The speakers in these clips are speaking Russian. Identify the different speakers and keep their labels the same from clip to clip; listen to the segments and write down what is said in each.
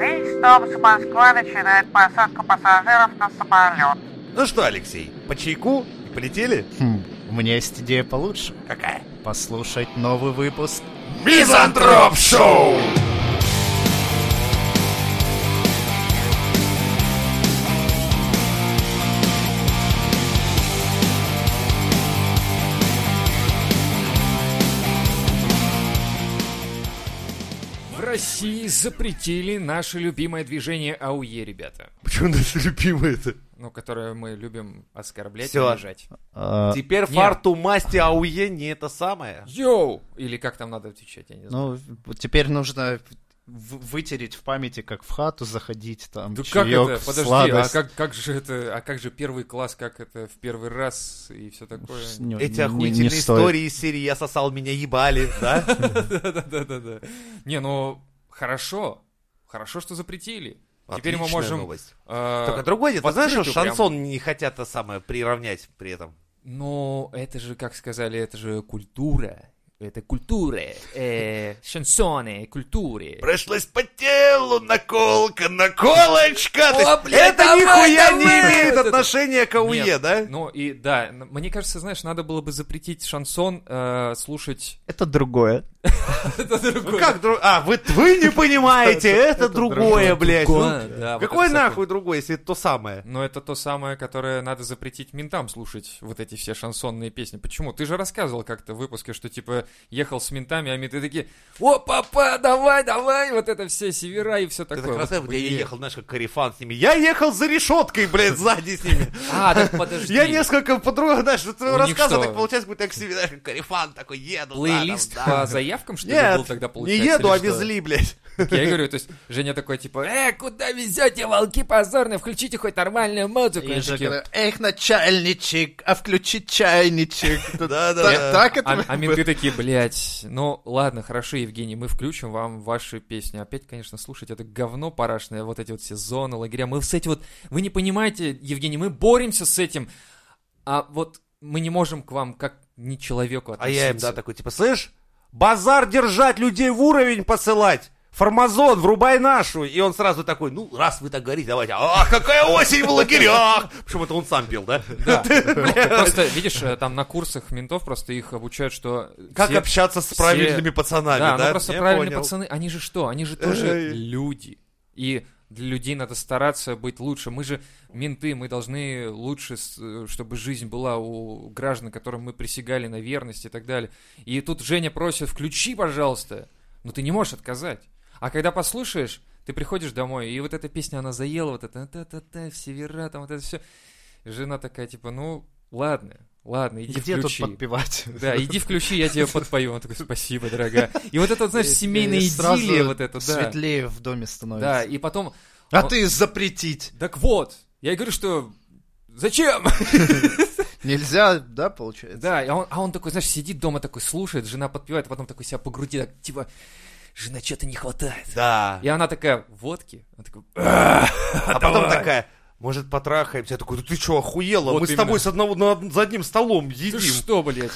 Speaker 1: Рейс Томс Москва начинает посадку пассажиров на самолет.
Speaker 2: Ну что, Алексей, по чайку? И Полетели?
Speaker 3: Хм, у меня есть идея получше.
Speaker 2: Какая?
Speaker 3: Послушать новый выпуск
Speaker 2: Мизантроп Шоу!
Speaker 4: В России запретили наше любимое движение АУЕ, ребята.
Speaker 5: Почему наши любимые это?
Speaker 4: Ну, которое мы любим оскорблять
Speaker 2: Всё.
Speaker 4: и унижать.
Speaker 3: А,
Speaker 2: Теперь
Speaker 4: Нет.
Speaker 2: фарту масти АУЕ не это самое.
Speaker 4: Йоу! Или как там надо отвечать, я не знаю.
Speaker 3: Ну, теперь нужно в- вытереть в памяти, как в хату заходить, там,
Speaker 2: Ну,
Speaker 4: да как
Speaker 3: чаек,
Speaker 4: это? Подожди,
Speaker 3: сладость.
Speaker 4: а как, как же это, а как же первый класс, как это в первый раз и все
Speaker 2: Ну,
Speaker 4: такое?
Speaker 3: Не-
Speaker 2: Эти
Speaker 3: не- не
Speaker 2: охуительные
Speaker 3: стоит.
Speaker 2: истории из серии «Я сосал, меня ебали», да?
Speaker 4: Да-да-да-да. Не, ну, хорошо. Хорошо, что запретили. Теперь мы
Speaker 2: Отличная
Speaker 4: можем...
Speaker 2: новость.
Speaker 4: э,
Speaker 2: Только другой дед, ты
Speaker 4: в
Speaker 2: знаешь, что
Speaker 4: открытую прям.
Speaker 2: шансон не хотят это самое приравнять при этом?
Speaker 4: Ну, это же, как сказали, это же культура. Это культуры, э, шансоны, культуры.
Speaker 2: Прошлась по телу наколка, наколочка. То
Speaker 4: О,
Speaker 2: есть
Speaker 4: блядь,
Speaker 2: это
Speaker 4: давай,
Speaker 2: нихуя не
Speaker 4: давай.
Speaker 2: имеет
Speaker 4: Это-
Speaker 2: отношения к АУЕ,
Speaker 4: Нет,
Speaker 2: да?
Speaker 4: Ну и да, н- мне кажется, знаешь, надо было бы запретить шансон э, слушать.
Speaker 3: Это другое.
Speaker 4: Это
Speaker 2: Ну
Speaker 4: другое.
Speaker 2: как друг... А, вы, вы не понимаете, это другое, блядь. Ну,
Speaker 4: Другое, да, вот
Speaker 2: Какой
Speaker 4: это всякое.
Speaker 2: нахуй другой, если это то самое?
Speaker 4: Но это то самое, которое надо запретить ментам слушать вот эти все шансонные песни. Почему? Ты же рассказывал как-то в выпуске, что типа ехал с ментами, а менты такие «О, папа, давай, давай!» Вот это все севера и все
Speaker 2: Ты
Speaker 4: такое.
Speaker 2: так
Speaker 4: Вот
Speaker 2: рассказывал, я
Speaker 4: хуйня.
Speaker 2: ехал, знаешь, как корефан с ними. Я ехал за решеткой, блядь, сзади с ними.
Speaker 4: А, так подожди.
Speaker 2: Я несколько по-другому, знаешь, от твоего
Speaker 4: У них
Speaker 2: рассказа
Speaker 4: что?
Speaker 2: так получается, как будто я к себе, знаешь, корефан такой еду.
Speaker 4: Плейлист
Speaker 2: да, там, да.
Speaker 4: по заявкам, что ли, был
Speaker 2: Нет,
Speaker 4: тогда
Speaker 2: не
Speaker 4: получается?
Speaker 2: еду,
Speaker 4: или
Speaker 2: а
Speaker 4: что?
Speaker 2: везли, блядь.
Speaker 4: Я и говорю, то есть Женя такой, типа, «Э, куда везете, волки позорные, включите хоть нормальную музыку».
Speaker 3: И
Speaker 4: Они
Speaker 3: же
Speaker 4: такие,
Speaker 3: говорят, Эх, начальничек, а включи чайничек.
Speaker 2: Да, да, да.
Speaker 3: Так так
Speaker 4: А,
Speaker 3: это...
Speaker 4: а менты такие, блядь, ну ладно, хорошо, Евгений, мы включим вам ваши песни. Опять, конечно, слушать это говно парашное, вот эти вот все зоны, лагеря. Мы с этим вот, вы не понимаете, Евгений, мы боремся с этим, а вот мы не можем к вам как не человеку
Speaker 2: А
Speaker 4: относиться.
Speaker 2: я им, да, такой, типа, слышь, базар держать, людей в уровень посылать. Формазон, врубай нашу. И он сразу такой, ну, раз вы так говорите, давайте. А, какая осень в лагерях! Причем это он сам пел, да?
Speaker 4: Да. Просто, видишь, э, там на курсах ментов просто их обучают, что...
Speaker 2: Как
Speaker 4: все-
Speaker 2: общаться с
Speaker 4: все-
Speaker 2: правильными пацанами, да?
Speaker 4: Да, ну просто
Speaker 2: Я
Speaker 4: правильные
Speaker 2: понял.
Speaker 4: пацаны, они же что? Они же тоже люди. И для людей надо стараться быть лучше. Мы же менты, мы должны лучше, с- э, чтобы жизнь была у граждан, которым мы присягали на верность и так далее. И тут Женя просит, включи, пожалуйста. Но ты не можешь отказать. А когда послушаешь, ты приходишь домой, и вот эта песня, она заела, вот это, та-та-та, в севера, там вот это все. Жена такая, типа, ну, ладно, ладно, иди
Speaker 3: Где тут
Speaker 4: включи.
Speaker 3: подпевать?
Speaker 4: Да, иди включи, я тебе подпою. Он такой, спасибо, дорогая. И вот это, вот, знаешь,
Speaker 3: И- и
Speaker 4: семейная
Speaker 3: сразу
Speaker 4: идиллия вот это, да.
Speaker 3: Светлее в доме
Speaker 4: Да,
Speaker 3: становится.
Speaker 4: и потом,
Speaker 3: А
Speaker 4: он-
Speaker 3: ты запретить.
Speaker 4: так вот, я и говорю, что зачем?
Speaker 3: Нельзя, да, получается?
Speaker 4: Да, и он- а он такой, знаешь, сидит дома такой, слушает, жена подпевает, а потом такой себя по груди, так, типа, жена, что-то не хватает.
Speaker 2: Да.
Speaker 4: И она такая, водки? Он такой,
Speaker 2: А потом такая, может, потрахаемся? Я такой, да ты что, охуела?
Speaker 4: Вот
Speaker 2: Мы с
Speaker 4: именно.
Speaker 2: тобой с одного, на- за одним столом едим.
Speaker 4: ты что, блядь?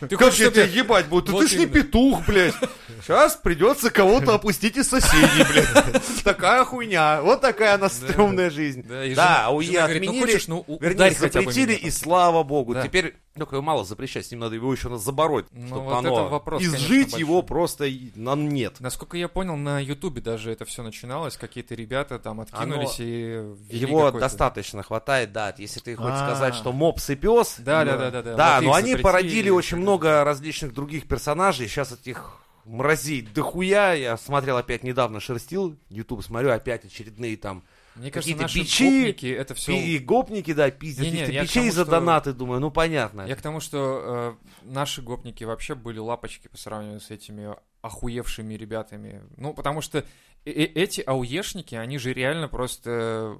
Speaker 4: Ты
Speaker 2: Как
Speaker 4: хочешь,
Speaker 2: я
Speaker 4: чтобы
Speaker 2: тебя
Speaker 4: я-
Speaker 2: ебать буду?
Speaker 4: Вот
Speaker 2: ты ж не
Speaker 4: именно.
Speaker 2: петух, блядь. Сейчас придется кого-то опустить из соседей, блядь. Такая хуйня. Вот такая она стрёмная жизнь.
Speaker 4: Да, и
Speaker 2: Да,
Speaker 4: жена-
Speaker 2: АУЕ
Speaker 4: жена говорит, ну,
Speaker 2: отменили.
Speaker 4: хочешь, ну, у-
Speaker 2: Вернее,
Speaker 4: ударь хотя бы
Speaker 2: запретили,
Speaker 4: меня
Speaker 2: и
Speaker 4: там.
Speaker 2: слава богу.
Speaker 4: Да.
Speaker 2: Теперь только мало запрещать, с ним надо его еще надо забороть.
Speaker 4: Ну,
Speaker 2: чтоб
Speaker 4: вот
Speaker 2: оно-
Speaker 4: это вопрос,
Speaker 2: И
Speaker 4: конечно,
Speaker 2: сжить
Speaker 4: большой.
Speaker 2: его просто и- на нет.
Speaker 4: Насколько я понял, на Ютубе даже это все начиналось, какие-то ребята там откинулись и... ввели
Speaker 2: Его
Speaker 4: какой-то-
Speaker 2: достаточно хватает, да. Если ты хочешь
Speaker 3: А.
Speaker 2: сказать, что мопс и пес. ну,
Speaker 4: Да, да, да, да, да.
Speaker 2: Да,
Speaker 4: Вот
Speaker 2: но
Speaker 4: их
Speaker 2: они
Speaker 4: запретили,
Speaker 2: породили
Speaker 4: и
Speaker 2: очень
Speaker 4: так
Speaker 2: много различных других персонажей. Сейчас этих мразей дохуя. Я смотрел опять недавно, шерстил YouTube, смотрю опять очередные там
Speaker 4: Мне кажется,
Speaker 2: Какие-то
Speaker 4: наши
Speaker 2: бичи,
Speaker 4: гопники это все...
Speaker 2: пи- гопники, да, пиздят.
Speaker 4: Не-не,
Speaker 2: Каких-то
Speaker 4: я к
Speaker 2: бичей
Speaker 4: тому,
Speaker 2: за
Speaker 4: что-
Speaker 2: донаты, думаю, ну понятно.
Speaker 4: Я к тому, что э, наши гопники вообще были лапочки по сравнению с этими охуевшими ребятами. Ну, потому что э- э- эти ауешники, они же реально просто...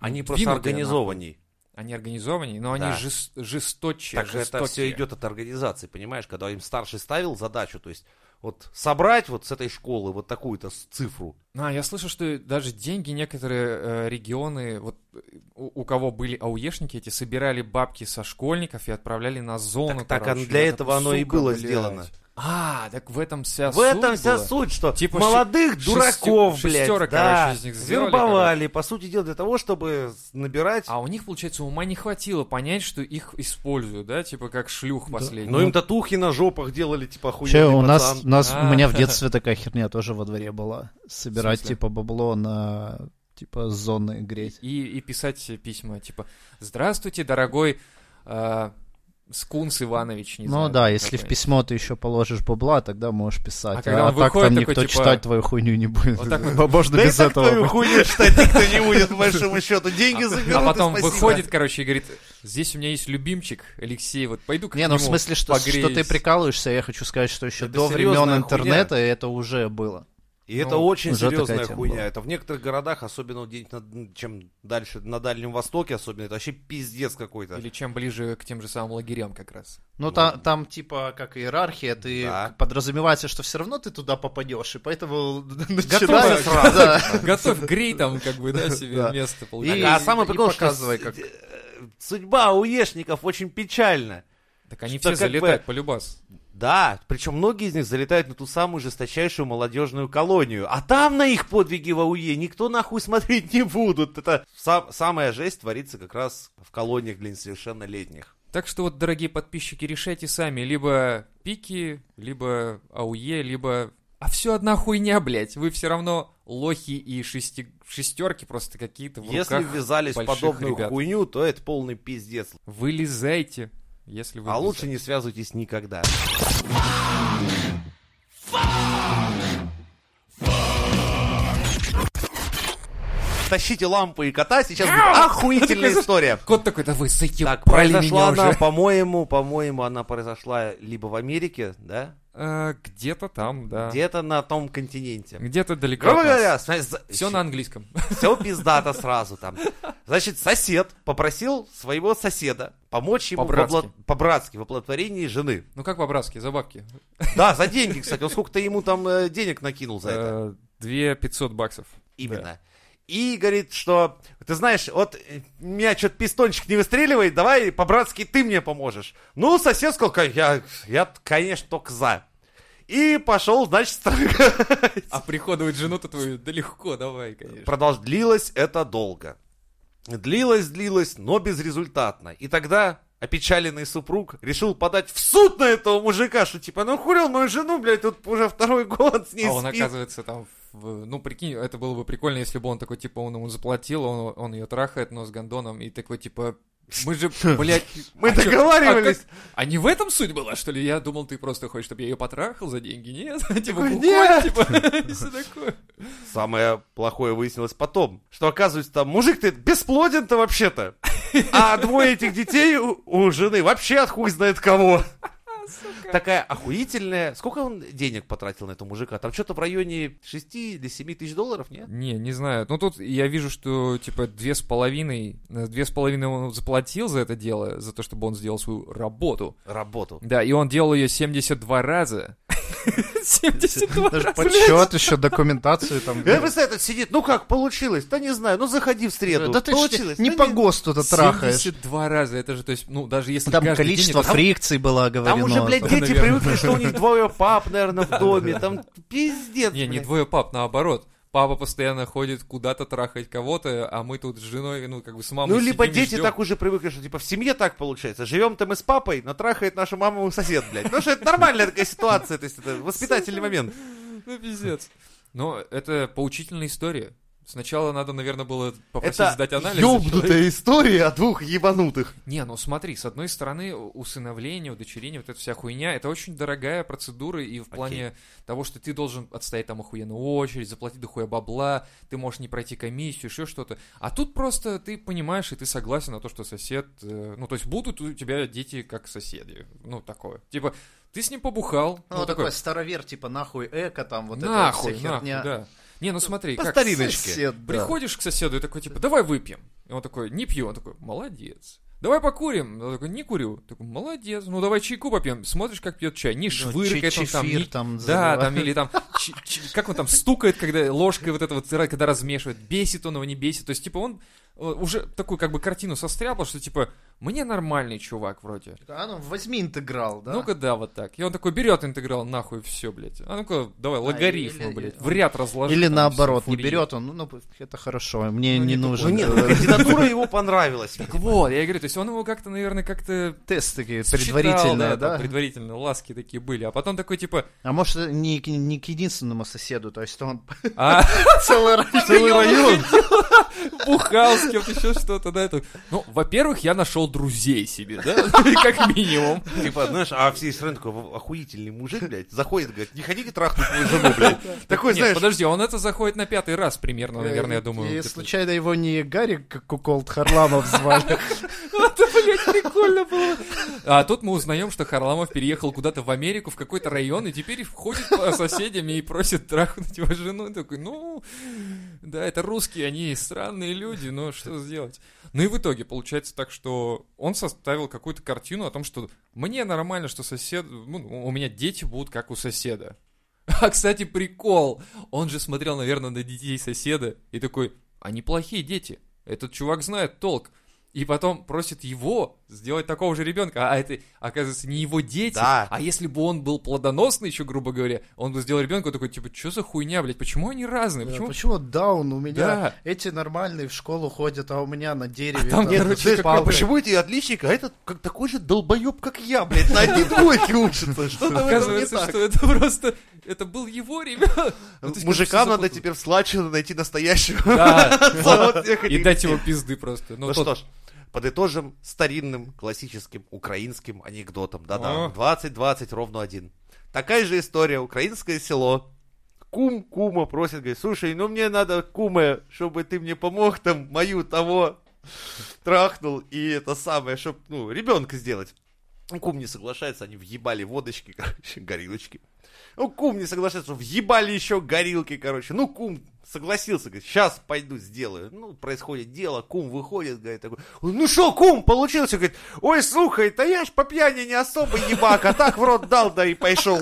Speaker 2: Они
Speaker 4: ну,
Speaker 2: просто
Speaker 4: двинутые,
Speaker 2: организованней.
Speaker 4: нахуй. Они организованнее, но они
Speaker 2: Да.
Speaker 4: жес- жесточе,
Speaker 2: Так же это все
Speaker 4: жестокие.
Speaker 2: идет от организации, понимаешь? Когда им старший ставил задачу, то есть вот собрать вот с этой школы вот такую-то с- цифру.
Speaker 4: А, я слышал, что даже деньги некоторые э, регионы, вот э, у, у кого были ауешники эти, собирали бабки со школьников и отправляли на зону.
Speaker 2: Так- так
Speaker 4: короче.
Speaker 2: для
Speaker 4: Я
Speaker 2: этого
Speaker 4: такой,
Speaker 2: оно и
Speaker 4: «Сука,
Speaker 2: было
Speaker 4: блядь».
Speaker 2: сделано.
Speaker 4: А, так в этом вся
Speaker 2: В
Speaker 4: суть
Speaker 2: этом вся
Speaker 4: была?
Speaker 2: суть, что
Speaker 4: Типа
Speaker 2: молодых
Speaker 4: шести-
Speaker 2: дураков,
Speaker 4: шестер-
Speaker 2: блядь,
Speaker 4: шестерок,
Speaker 2: да,
Speaker 4: короче, из них сделали,
Speaker 2: вербовали, по сути дела, для того, чтобы с- набирать...
Speaker 4: А у них, получается, ума не хватило понять, что их используют, да? Типа как шлюх последний.
Speaker 2: Ну им татухи на жопах делали, типа,
Speaker 3: Че,
Speaker 2: охуенный
Speaker 3: у нас,
Speaker 2: пацан.
Speaker 3: у нас,
Speaker 4: А.
Speaker 3: у меня в детстве такая херня тоже во дворе была. Собирать,
Speaker 4: смысле?
Speaker 3: типа, бабло на, типа, зоны греть.
Speaker 4: и, и писать письма, типа, «Здравствуйте, дорогой э, Скунс Иванович». не
Speaker 3: ну
Speaker 4: знаю,
Speaker 3: да,
Speaker 4: там
Speaker 3: если в
Speaker 4: какой-нибудь.
Speaker 3: письмо ты еще положишь бабла, тогда можешь писать.
Speaker 4: А когда он
Speaker 3: так
Speaker 4: выходит,
Speaker 3: там
Speaker 4: такой,
Speaker 3: никто
Speaker 4: типа,
Speaker 3: читать твою хуйню не будет.
Speaker 4: вот так
Speaker 3: Можно
Speaker 2: Да и
Speaker 3: без
Speaker 2: так твою
Speaker 3: этого.
Speaker 2: хуйню читать никто не будет, по большому счету. Деньги заберут,
Speaker 4: А
Speaker 2: и
Speaker 4: потом
Speaker 2: спасибо.
Speaker 4: выходит, короче, и говорит, здесь у меня есть любимчик Алексей, вот пойду к
Speaker 3: Не, ну
Speaker 4: нему
Speaker 3: в смысле, что, что ты
Speaker 4: погреюсь».
Speaker 3: прикалываешься, я хочу сказать, что еще
Speaker 2: Это
Speaker 3: до
Speaker 2: серьезная
Speaker 3: времен
Speaker 2: хуйня.
Speaker 3: интернета это уже было.
Speaker 2: И это
Speaker 4: Ну,
Speaker 2: очень
Speaker 3: уже такая
Speaker 2: серьезная
Speaker 3: тема
Speaker 2: хуйня.
Speaker 3: была.
Speaker 2: Это в некоторых городах, особенно где-нибудь на- чем дальше, на Дальнем Востоке особенно, это вообще пиздец какой-то.
Speaker 4: Или чем ближе к тем же самым лагерям как раз.
Speaker 3: Ну,
Speaker 2: Ну,
Speaker 3: там, там, типа, как иерархия, ты
Speaker 2: Да.
Speaker 3: подразумевается, что все равно ты туда попадешь, и поэтому
Speaker 2: Готовься
Speaker 3: начинаешь
Speaker 2: сразу.
Speaker 3: Да.
Speaker 4: Готовь, грей там, как бы, да, себе
Speaker 3: Да.
Speaker 4: место
Speaker 2: Так,
Speaker 4: получить.
Speaker 2: а самое
Speaker 3: и
Speaker 2: прикол, что
Speaker 3: показывай,
Speaker 2: с-
Speaker 3: как-
Speaker 2: э, судьба уешников очень печальна.
Speaker 4: Так они
Speaker 2: что
Speaker 4: все
Speaker 2: как бы-
Speaker 4: залетают, полюбас.
Speaker 2: Да, причем многие из них залетают на ту самую жесточайшую молодежную колонию. А там на их подвиги в АУЕ никто нахуй смотреть не будут. Это са- самая жесть творится как раз в колониях для несовершеннолетних.
Speaker 4: Так что вот, дорогие подписчики, решайте сами. Либо пики, либо ауе, либо... А все одна хуйня, блядь. Вы все равно лохи и шести... шестерки просто какие-то в
Speaker 2: Если
Speaker 4: руках
Speaker 2: ввязались в
Speaker 4: больших
Speaker 2: подобную
Speaker 4: ребят.
Speaker 2: хуйню, то это полный пиздец.
Speaker 4: Вылезайте, если вы...
Speaker 2: А
Speaker 4: вылезаете.
Speaker 2: лучше не связывайтесь никогда. Тащите лампу и кота, сейчас будет охуительная
Speaker 4: Ну,
Speaker 2: история.
Speaker 4: Кот такой, да вы, сыки,
Speaker 2: Так,
Speaker 4: брали
Speaker 2: произошла
Speaker 4: меня
Speaker 2: она,
Speaker 4: уже.
Speaker 2: по-моему, по-моему, она произошла либо в Америке, да?
Speaker 4: Э, Где-то там, да.
Speaker 2: Где-то на том континенте.
Speaker 4: Где-то далеко
Speaker 2: Грубо говоря, все
Speaker 4: Все на английском.
Speaker 2: все пиздато сразу там. Значит, сосед попросил своего соседа помочь ему во
Speaker 4: По-братски.
Speaker 2: вла- по-братски в оплодотворении жены.
Speaker 4: Ну как по-братски, за бабки?
Speaker 2: Да, за деньги, кстати. Он сколько-то ему там э, денег накинул за это.
Speaker 4: Э, Две 500 баксов.
Speaker 2: Именно. И говорит, что ты знаешь, вот э, меня что-то пистончик не выстреливает, давай по-братски ты мне поможешь. Ну, сосед сказал, «Ка- я, я конечно, только за. И пошел, значит, строгать.
Speaker 4: А приходовать жену-то твою, да легко, давай, конечно.
Speaker 2: Продолж... Длилось это долго. Длилось, длилось, но безрезультатно. И тогда опечаленный супруг решил подать в суд на этого мужика, что типа, ну хули он мою жену, блядь, тут уже второй год с ней
Speaker 4: А он,
Speaker 2: спит».
Speaker 4: оказывается, там, в- ну, прикинь, это было бы прикольно, если бы он такой, типа, он ему заплатил, он, он ее трахает, но с гондоном, и такой, типа, мы же, блядь...
Speaker 2: Мы
Speaker 4: а чё, а как-
Speaker 2: договаривались.
Speaker 4: А не в этом суть была, что ли? Я думал, ты просто хочешь, чтобы я ее потрахал за деньги, нет? Типа,
Speaker 2: Такой,
Speaker 4: куколь,
Speaker 2: «Нет».
Speaker 4: типа, всё такое.
Speaker 2: Самое плохое выяснилось потом, что оказывается там мужик ты бесплоден-то вообще-то. А двое этих детей у, у жены вообще от хуй знает кого. Такая охуительная. Сколько он денег потратил на этого мужика? Там что-то в районе 6 или 7 тысяч долларов, нет?
Speaker 4: Не, не знаю. Ну тут я вижу, что типа две с половиной, э, две с половиной он заплатил за это дело, за то, чтобы он сделал свою работу.
Speaker 2: Работу.
Speaker 4: Да, и он делал ее 72 раза. 72
Speaker 3: Даже
Speaker 4: раза.
Speaker 3: подсчет еще, документацию там.
Speaker 2: Я представляю, этот сидит, ну как получилось? Да не знаю, ну заходи в среду.
Speaker 3: Да ты ж
Speaker 2: получилось. Ну,
Speaker 3: Ну, не
Speaker 2: да
Speaker 3: по ГОСТу-то трахаешь.
Speaker 4: 72 раза, это же, то есть, ну, даже если
Speaker 3: Там
Speaker 4: каждый
Speaker 3: количество
Speaker 4: день Ну, это-
Speaker 3: фрикций было
Speaker 2: Там
Speaker 3: оговорено.
Speaker 2: уже, блядь,
Speaker 3: Там-
Speaker 2: дети
Speaker 4: наверное.
Speaker 2: привыкли, что у них двое пап, наверное, в доме. Там пиздец.
Speaker 4: Не, не
Speaker 2: блядь.
Speaker 4: двое пап, наоборот. Папа постоянно ходит куда-то трахать кого-то, а мы тут с женой, ну, как бы с мамой
Speaker 2: Ну, либо
Speaker 4: сидим и
Speaker 2: дети
Speaker 4: ждём.
Speaker 2: так уже привыкли, что типа в семье так получается. Живем там мы с папой, но трахает нашу маму сосед, блядь. Ну, что это нормальная такая ситуация, то есть это воспитательный момент.
Speaker 4: Ну, пиздец. Но это поучительная история. Сначала надо, наверное, было попросить сдать анализ.
Speaker 2: история о двух ебанутых.
Speaker 4: Не, ну смотри, с одной стороны, у- усыновление, удочерение, вот эта вся хуйня, это очень дорогая процедура, и в плане того, что ты должен отстоять там охуенную очередь, заплатить до хуя бабла, ты можешь не пройти комиссию, еще что-то. А тут просто ты понимаешь, и ты согласен на то, что сосед... э, Ну, то есть будут у тебя дети как соседи. Ну, такое. Типа, ты с ним побухал.
Speaker 3: Ну, такой, старовер, типа, нахуй эко, там, вот
Speaker 4: нахуй,
Speaker 3: эта вся
Speaker 4: нахуй,
Speaker 3: херня.
Speaker 4: да. Не, ну смотри,
Speaker 2: По
Speaker 4: как...
Speaker 2: стариночке.
Speaker 3: Сосед, да.
Speaker 4: Приходишь к соседу и такой, типа, давай выпьем. И он такой, не пью. Он такой, молодец. Давай покурим. Он такой, не курю. Такой, молодец. Ну, давай чайку попьем. Смотришь, как пьет чай. Не швыркает
Speaker 3: че-
Speaker 4: он там.
Speaker 3: чефир
Speaker 4: не-
Speaker 3: Ну, там
Speaker 4: Да,
Speaker 3: заливает.
Speaker 4: там, или там, чи- чи- как он там стукает, когда ложкой вот это вот, когда размешивает. Бесит он его, не бесит. То есть, типа, он э, уже такую как бы картину состряпал, что, типа, Мне нормальный чувак вроде.
Speaker 3: А ну возьми интеграл, да?
Speaker 4: Ну-ка да, вот так. И он такой берет интеграл, нахуй, все, блядь. А ну-ка, давай, логарифм,
Speaker 3: или-
Speaker 4: блядь. В ряд разложи.
Speaker 3: Или
Speaker 4: там
Speaker 3: наоборот,
Speaker 4: всю
Speaker 3: не
Speaker 4: фурию.
Speaker 3: берет он, ну, ну это хорошо, мне не
Speaker 2: Ну
Speaker 3: нужен
Speaker 2: нет,
Speaker 3: э,
Speaker 2: кандидатура его понравилась.
Speaker 4: Так вот, я и говорю, то есть он его как-то, наверное, как-то
Speaker 3: тест такие
Speaker 4: считал,
Speaker 3: предварительные,
Speaker 4: там
Speaker 3: да?
Speaker 4: Предварительно, ласки такие были. А потом такой, типа,
Speaker 3: А может, это не, к- не к единственному соседу, то есть он
Speaker 4: а,
Speaker 3: целый район.
Speaker 2: Целый район.
Speaker 4: бухал с кем-то, еще что-то, да, это... Ну, во-первых, я нашел друзей себе, да, как минимум.
Speaker 2: Типа, знаешь, а все страны такой «Во- охуительный мужик, блядь, заходит, говорит, не хотите трахнуть мою жену, блядь. Такой,
Speaker 4: Нет,
Speaker 2: знаешь,
Speaker 4: подожди, он это заходит на пятый раз примерно, Ну, наверное, я думаю.
Speaker 3: И
Speaker 4: где-то.
Speaker 3: случайно его не Гарри как Куколт Харламов звали.
Speaker 4: Это, блядь, прикольно было. А тут мы узнаем, что Харламов переехал куда-то в Америку, в какой-то район, и теперь ходит по соседями и просит трахнуть его жену. И такой, ну, да, это русские, они странные люди, но что сделать? Ну и в итоге получается так, что он составил какую-то картину о том, что мне нормально, что сосед... ну, у меня дети будут как у соседа. А, кстати, прикол. Он же смотрел, наверное, на детей соседа и такой, они плохие дети. Этот чувак знает толк. И потом просит его сделать такого же ребенка. А это, оказывается, не его дети.
Speaker 2: Да.
Speaker 4: А если бы он был плодоносный еще, грубо говоря, он бы сделал ребенка такой, типа, что за хуйня, блядь, почему они разные? Почему?
Speaker 3: Почему Даун у меня?
Speaker 4: Да.
Speaker 3: Эти нормальные в школу ходят, а у меня на дереве.
Speaker 4: там,
Speaker 3: вот
Speaker 4: короче,
Speaker 3: эти
Speaker 2: знаешь,
Speaker 4: какой-
Speaker 3: палки.
Speaker 2: почему эти отличники, а этот как такой же долбоеб, как я, блядь, на одни двойки учится.
Speaker 4: А
Speaker 2: Что-то в этом не
Speaker 4: Оказывается,
Speaker 2: так.
Speaker 4: что это просто... Это был его ребенок. Ну, то есть,
Speaker 2: Мужикам
Speaker 4: короче,
Speaker 2: надо
Speaker 4: запутал.
Speaker 2: теперь в Слачину найти настоящего.
Speaker 4: Да.
Speaker 2: Вот я
Speaker 4: И
Speaker 2: хотел
Speaker 4: дать его пизды просто.
Speaker 2: Ну,
Speaker 4: Ну, тот-
Speaker 2: что ж, подытожим старинным классическим украинским анекдотом. Да-да,
Speaker 4: О.
Speaker 2: 20-20 ровно один. Такая же история, украинское село. Кум кума просит, говорит, слушай, ну мне надо, кума, чтобы ты мне помог там мою того трахнул и это самое, чтобы, ну, ребенка сделать. Ну, Кум не соглашается, они въебали водочки, короче, горилочки. Ну, кум не соглашается, въебали еще горилки, короче. Ну, кум согласился, говорит, сейчас пойду сделаю. Ну, происходит дело, кум выходит, говорит, такой, ну что, кум, получилось? Он Говорит, ой, слухай, да я ж по пьяни не особо ебак, а так в рот дал, да и пошел.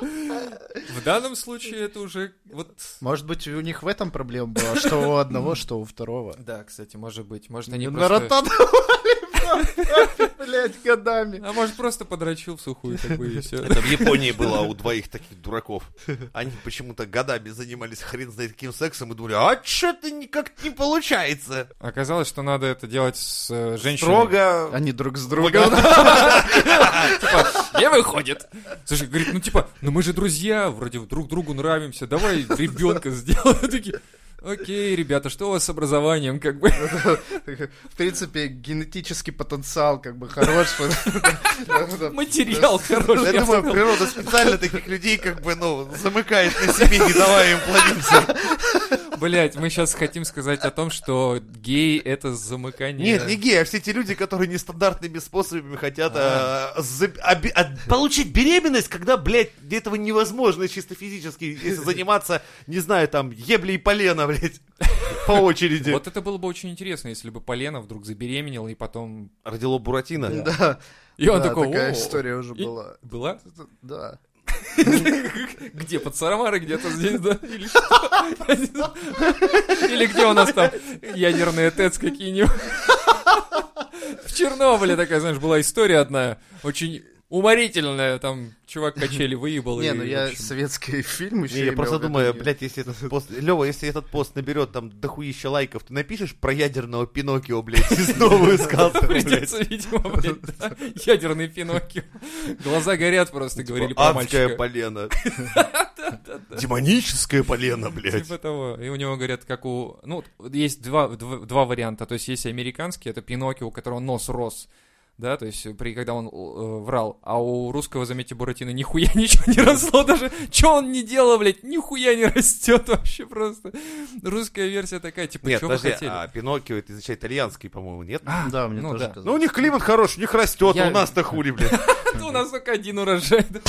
Speaker 4: В данном случае это уже вот...
Speaker 3: Может быть, у них в этом проблема была, что у одного, что у второго.
Speaker 4: Да, кстати, может быть. Может, они
Speaker 3: На
Speaker 4: просто...
Speaker 3: ротану, блядь, годами.
Speaker 4: А может, просто подрочил в сухую, как бы, и все.
Speaker 2: Это в Японии было а у двоих таких дураков. Они почему-то годами занимались хрен знает каким сексом и думали, а что-то никак не получается.
Speaker 4: Оказалось, что надо это делать с э, женщиной.
Speaker 2: Строго
Speaker 3: Они друг с другом.
Speaker 4: Типа, не выходит. Слушай, говорит, ну типа, ну мы же друзья, вроде друг другу нравимся, давай ребенка сделаем. Такие, окей, ребята, что у вас с образованием, как бы?
Speaker 3: В принципе, генетический потенциал как бы хорош.
Speaker 4: Материал хороший.
Speaker 2: Я думаю, природа специально таких людей как бы, ну, замыкает на себе, не давая им плодиться.
Speaker 4: Блять, мы сейчас хотим сказать о том, что гей это замыкание.
Speaker 2: Нет, не геи, а все те люди, которые нестандартными способами хотят
Speaker 4: А.
Speaker 2: а, за- оби- а, получить беременность, когда, блядь, этого невозможно чисто физически, если заниматься, не знаю, там, еблей полена, блядь, по очереди.
Speaker 4: Вот это было бы очень интересно, если бы Полена вдруг забеременела и потом...
Speaker 2: Родило Буратино.
Speaker 3: Да,
Speaker 4: И он
Speaker 3: Да,
Speaker 4: такой...
Speaker 3: такая
Speaker 4: «О».
Speaker 3: история уже
Speaker 4: И-
Speaker 3: была.
Speaker 4: Была?
Speaker 3: Да.
Speaker 4: Где? Под Сарамарой где-то здесь, да? Или что? Или где у нас там ядерные ТЭЦ какие-нибудь? В Чернобыле такая, знаешь, была история одна, очень уморительная, там чувак качели выебал.
Speaker 3: Не,
Speaker 4: и,
Speaker 3: ну
Speaker 4: в
Speaker 3: я
Speaker 4: общем,
Speaker 3: советские фильмы
Speaker 2: Не,
Speaker 3: еще
Speaker 2: я просто думаю, блядь, если этот пост... Лёва, если этот пост наберет там дохуища лайков, ты напишешь про ядерного Пиноккио, блядь, из новую сказку, блядь.
Speaker 4: Придется, видимо, блядь, да, ядерный Пиноккио. Глаза горят
Speaker 2: Типа
Speaker 4: просто, говорили про
Speaker 2: Адское
Speaker 4: мальчика.
Speaker 2: полено. Демоническое полено, блядь.
Speaker 4: Типа того. И у него говорят, как у... Ну, вот есть два, дв- два варианта. То есть есть американский, это Пиноккио, у которого нос рос. Да, то есть, при, когда он э, врал. А у русского, заметьте, Буратино нихуя ничего не росло даже. Че он не делал, блядь, нихуя не растет вообще просто. Русская версия такая, типа,
Speaker 2: Нет,
Speaker 4: чё вы
Speaker 2: подожди,
Speaker 4: хотели?
Speaker 2: а Пиноккио это изначально итальянский, по-моему, нет?
Speaker 3: Да, мне
Speaker 4: ну
Speaker 3: тоже
Speaker 4: да.
Speaker 2: Ну, у
Speaker 3: казалось.
Speaker 2: них климат хороший, у них растет,
Speaker 4: Я-
Speaker 2: а у нас-то хули, блядь.
Speaker 4: Это у нас только один урожай. да.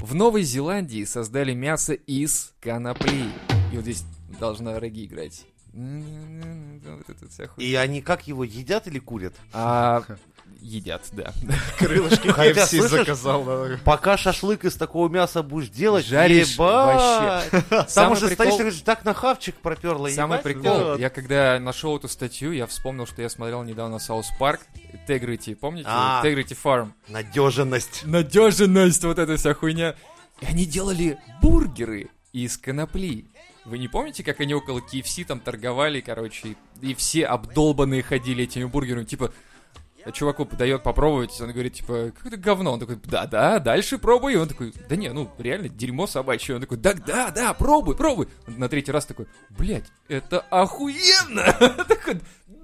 Speaker 4: В Новой Зеландии создали мясо из конопли. И вот здесь должна Регги играть. Вот эта вся хуйня.
Speaker 2: И они как его едят или курят?
Speaker 4: А, едят, да.
Speaker 3: Крылышки
Speaker 2: Хотя,
Speaker 3: KFC
Speaker 2: слышишь?
Speaker 3: заказал. да.
Speaker 2: Пока шашлык из такого мяса будешь делать,
Speaker 4: Жаришь
Speaker 2: ебать. Там
Speaker 4: Самый
Speaker 2: уже
Speaker 4: прикол-
Speaker 2: стоишь, и говоришь, так на хавчик проперла,
Speaker 4: Самый
Speaker 2: ебать.
Speaker 4: прикол,
Speaker 2: Вот.
Speaker 4: я когда нашел эту статью, я вспомнил, что я смотрел недавно Саус Парк, Integrity, помните?
Speaker 2: А.
Speaker 4: Integrity Farm.
Speaker 2: Надеженность.
Speaker 4: Надежность, вот эта вся хуйня. И они делали бургеры из конопли. Вы не помните, как они около KFC там торговали, короче, и и все обдолбанные ходили этими бургерами, типа, а чуваку подает попробовать, он говорит, типа, как это говно? Он такой, да-да, дальше пробуй. И он такой, да не, ну, реально, дерьмо собачье. Он такой, да-да-да, пробуй, пробуй. Он на третий раз такой, блядь, это охуенно! Такой,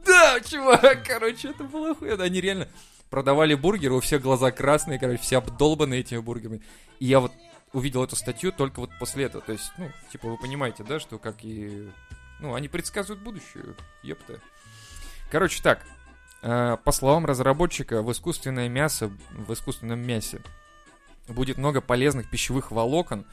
Speaker 4: да, чувак, короче, это было охуенно. Они реально продавали бургеры, у всех глаза красные, короче, все обдолбаны этими бургерами. И я вот увидел эту статью только вот после этого. То есть, ну, типа, вы понимаете, да, что как и... Ну, они предсказывают будущее, ёпта. Короче, так, Э, По словам разработчика, в искусственное мясо, в искусственном мясе будет много полезных пищевых волокон,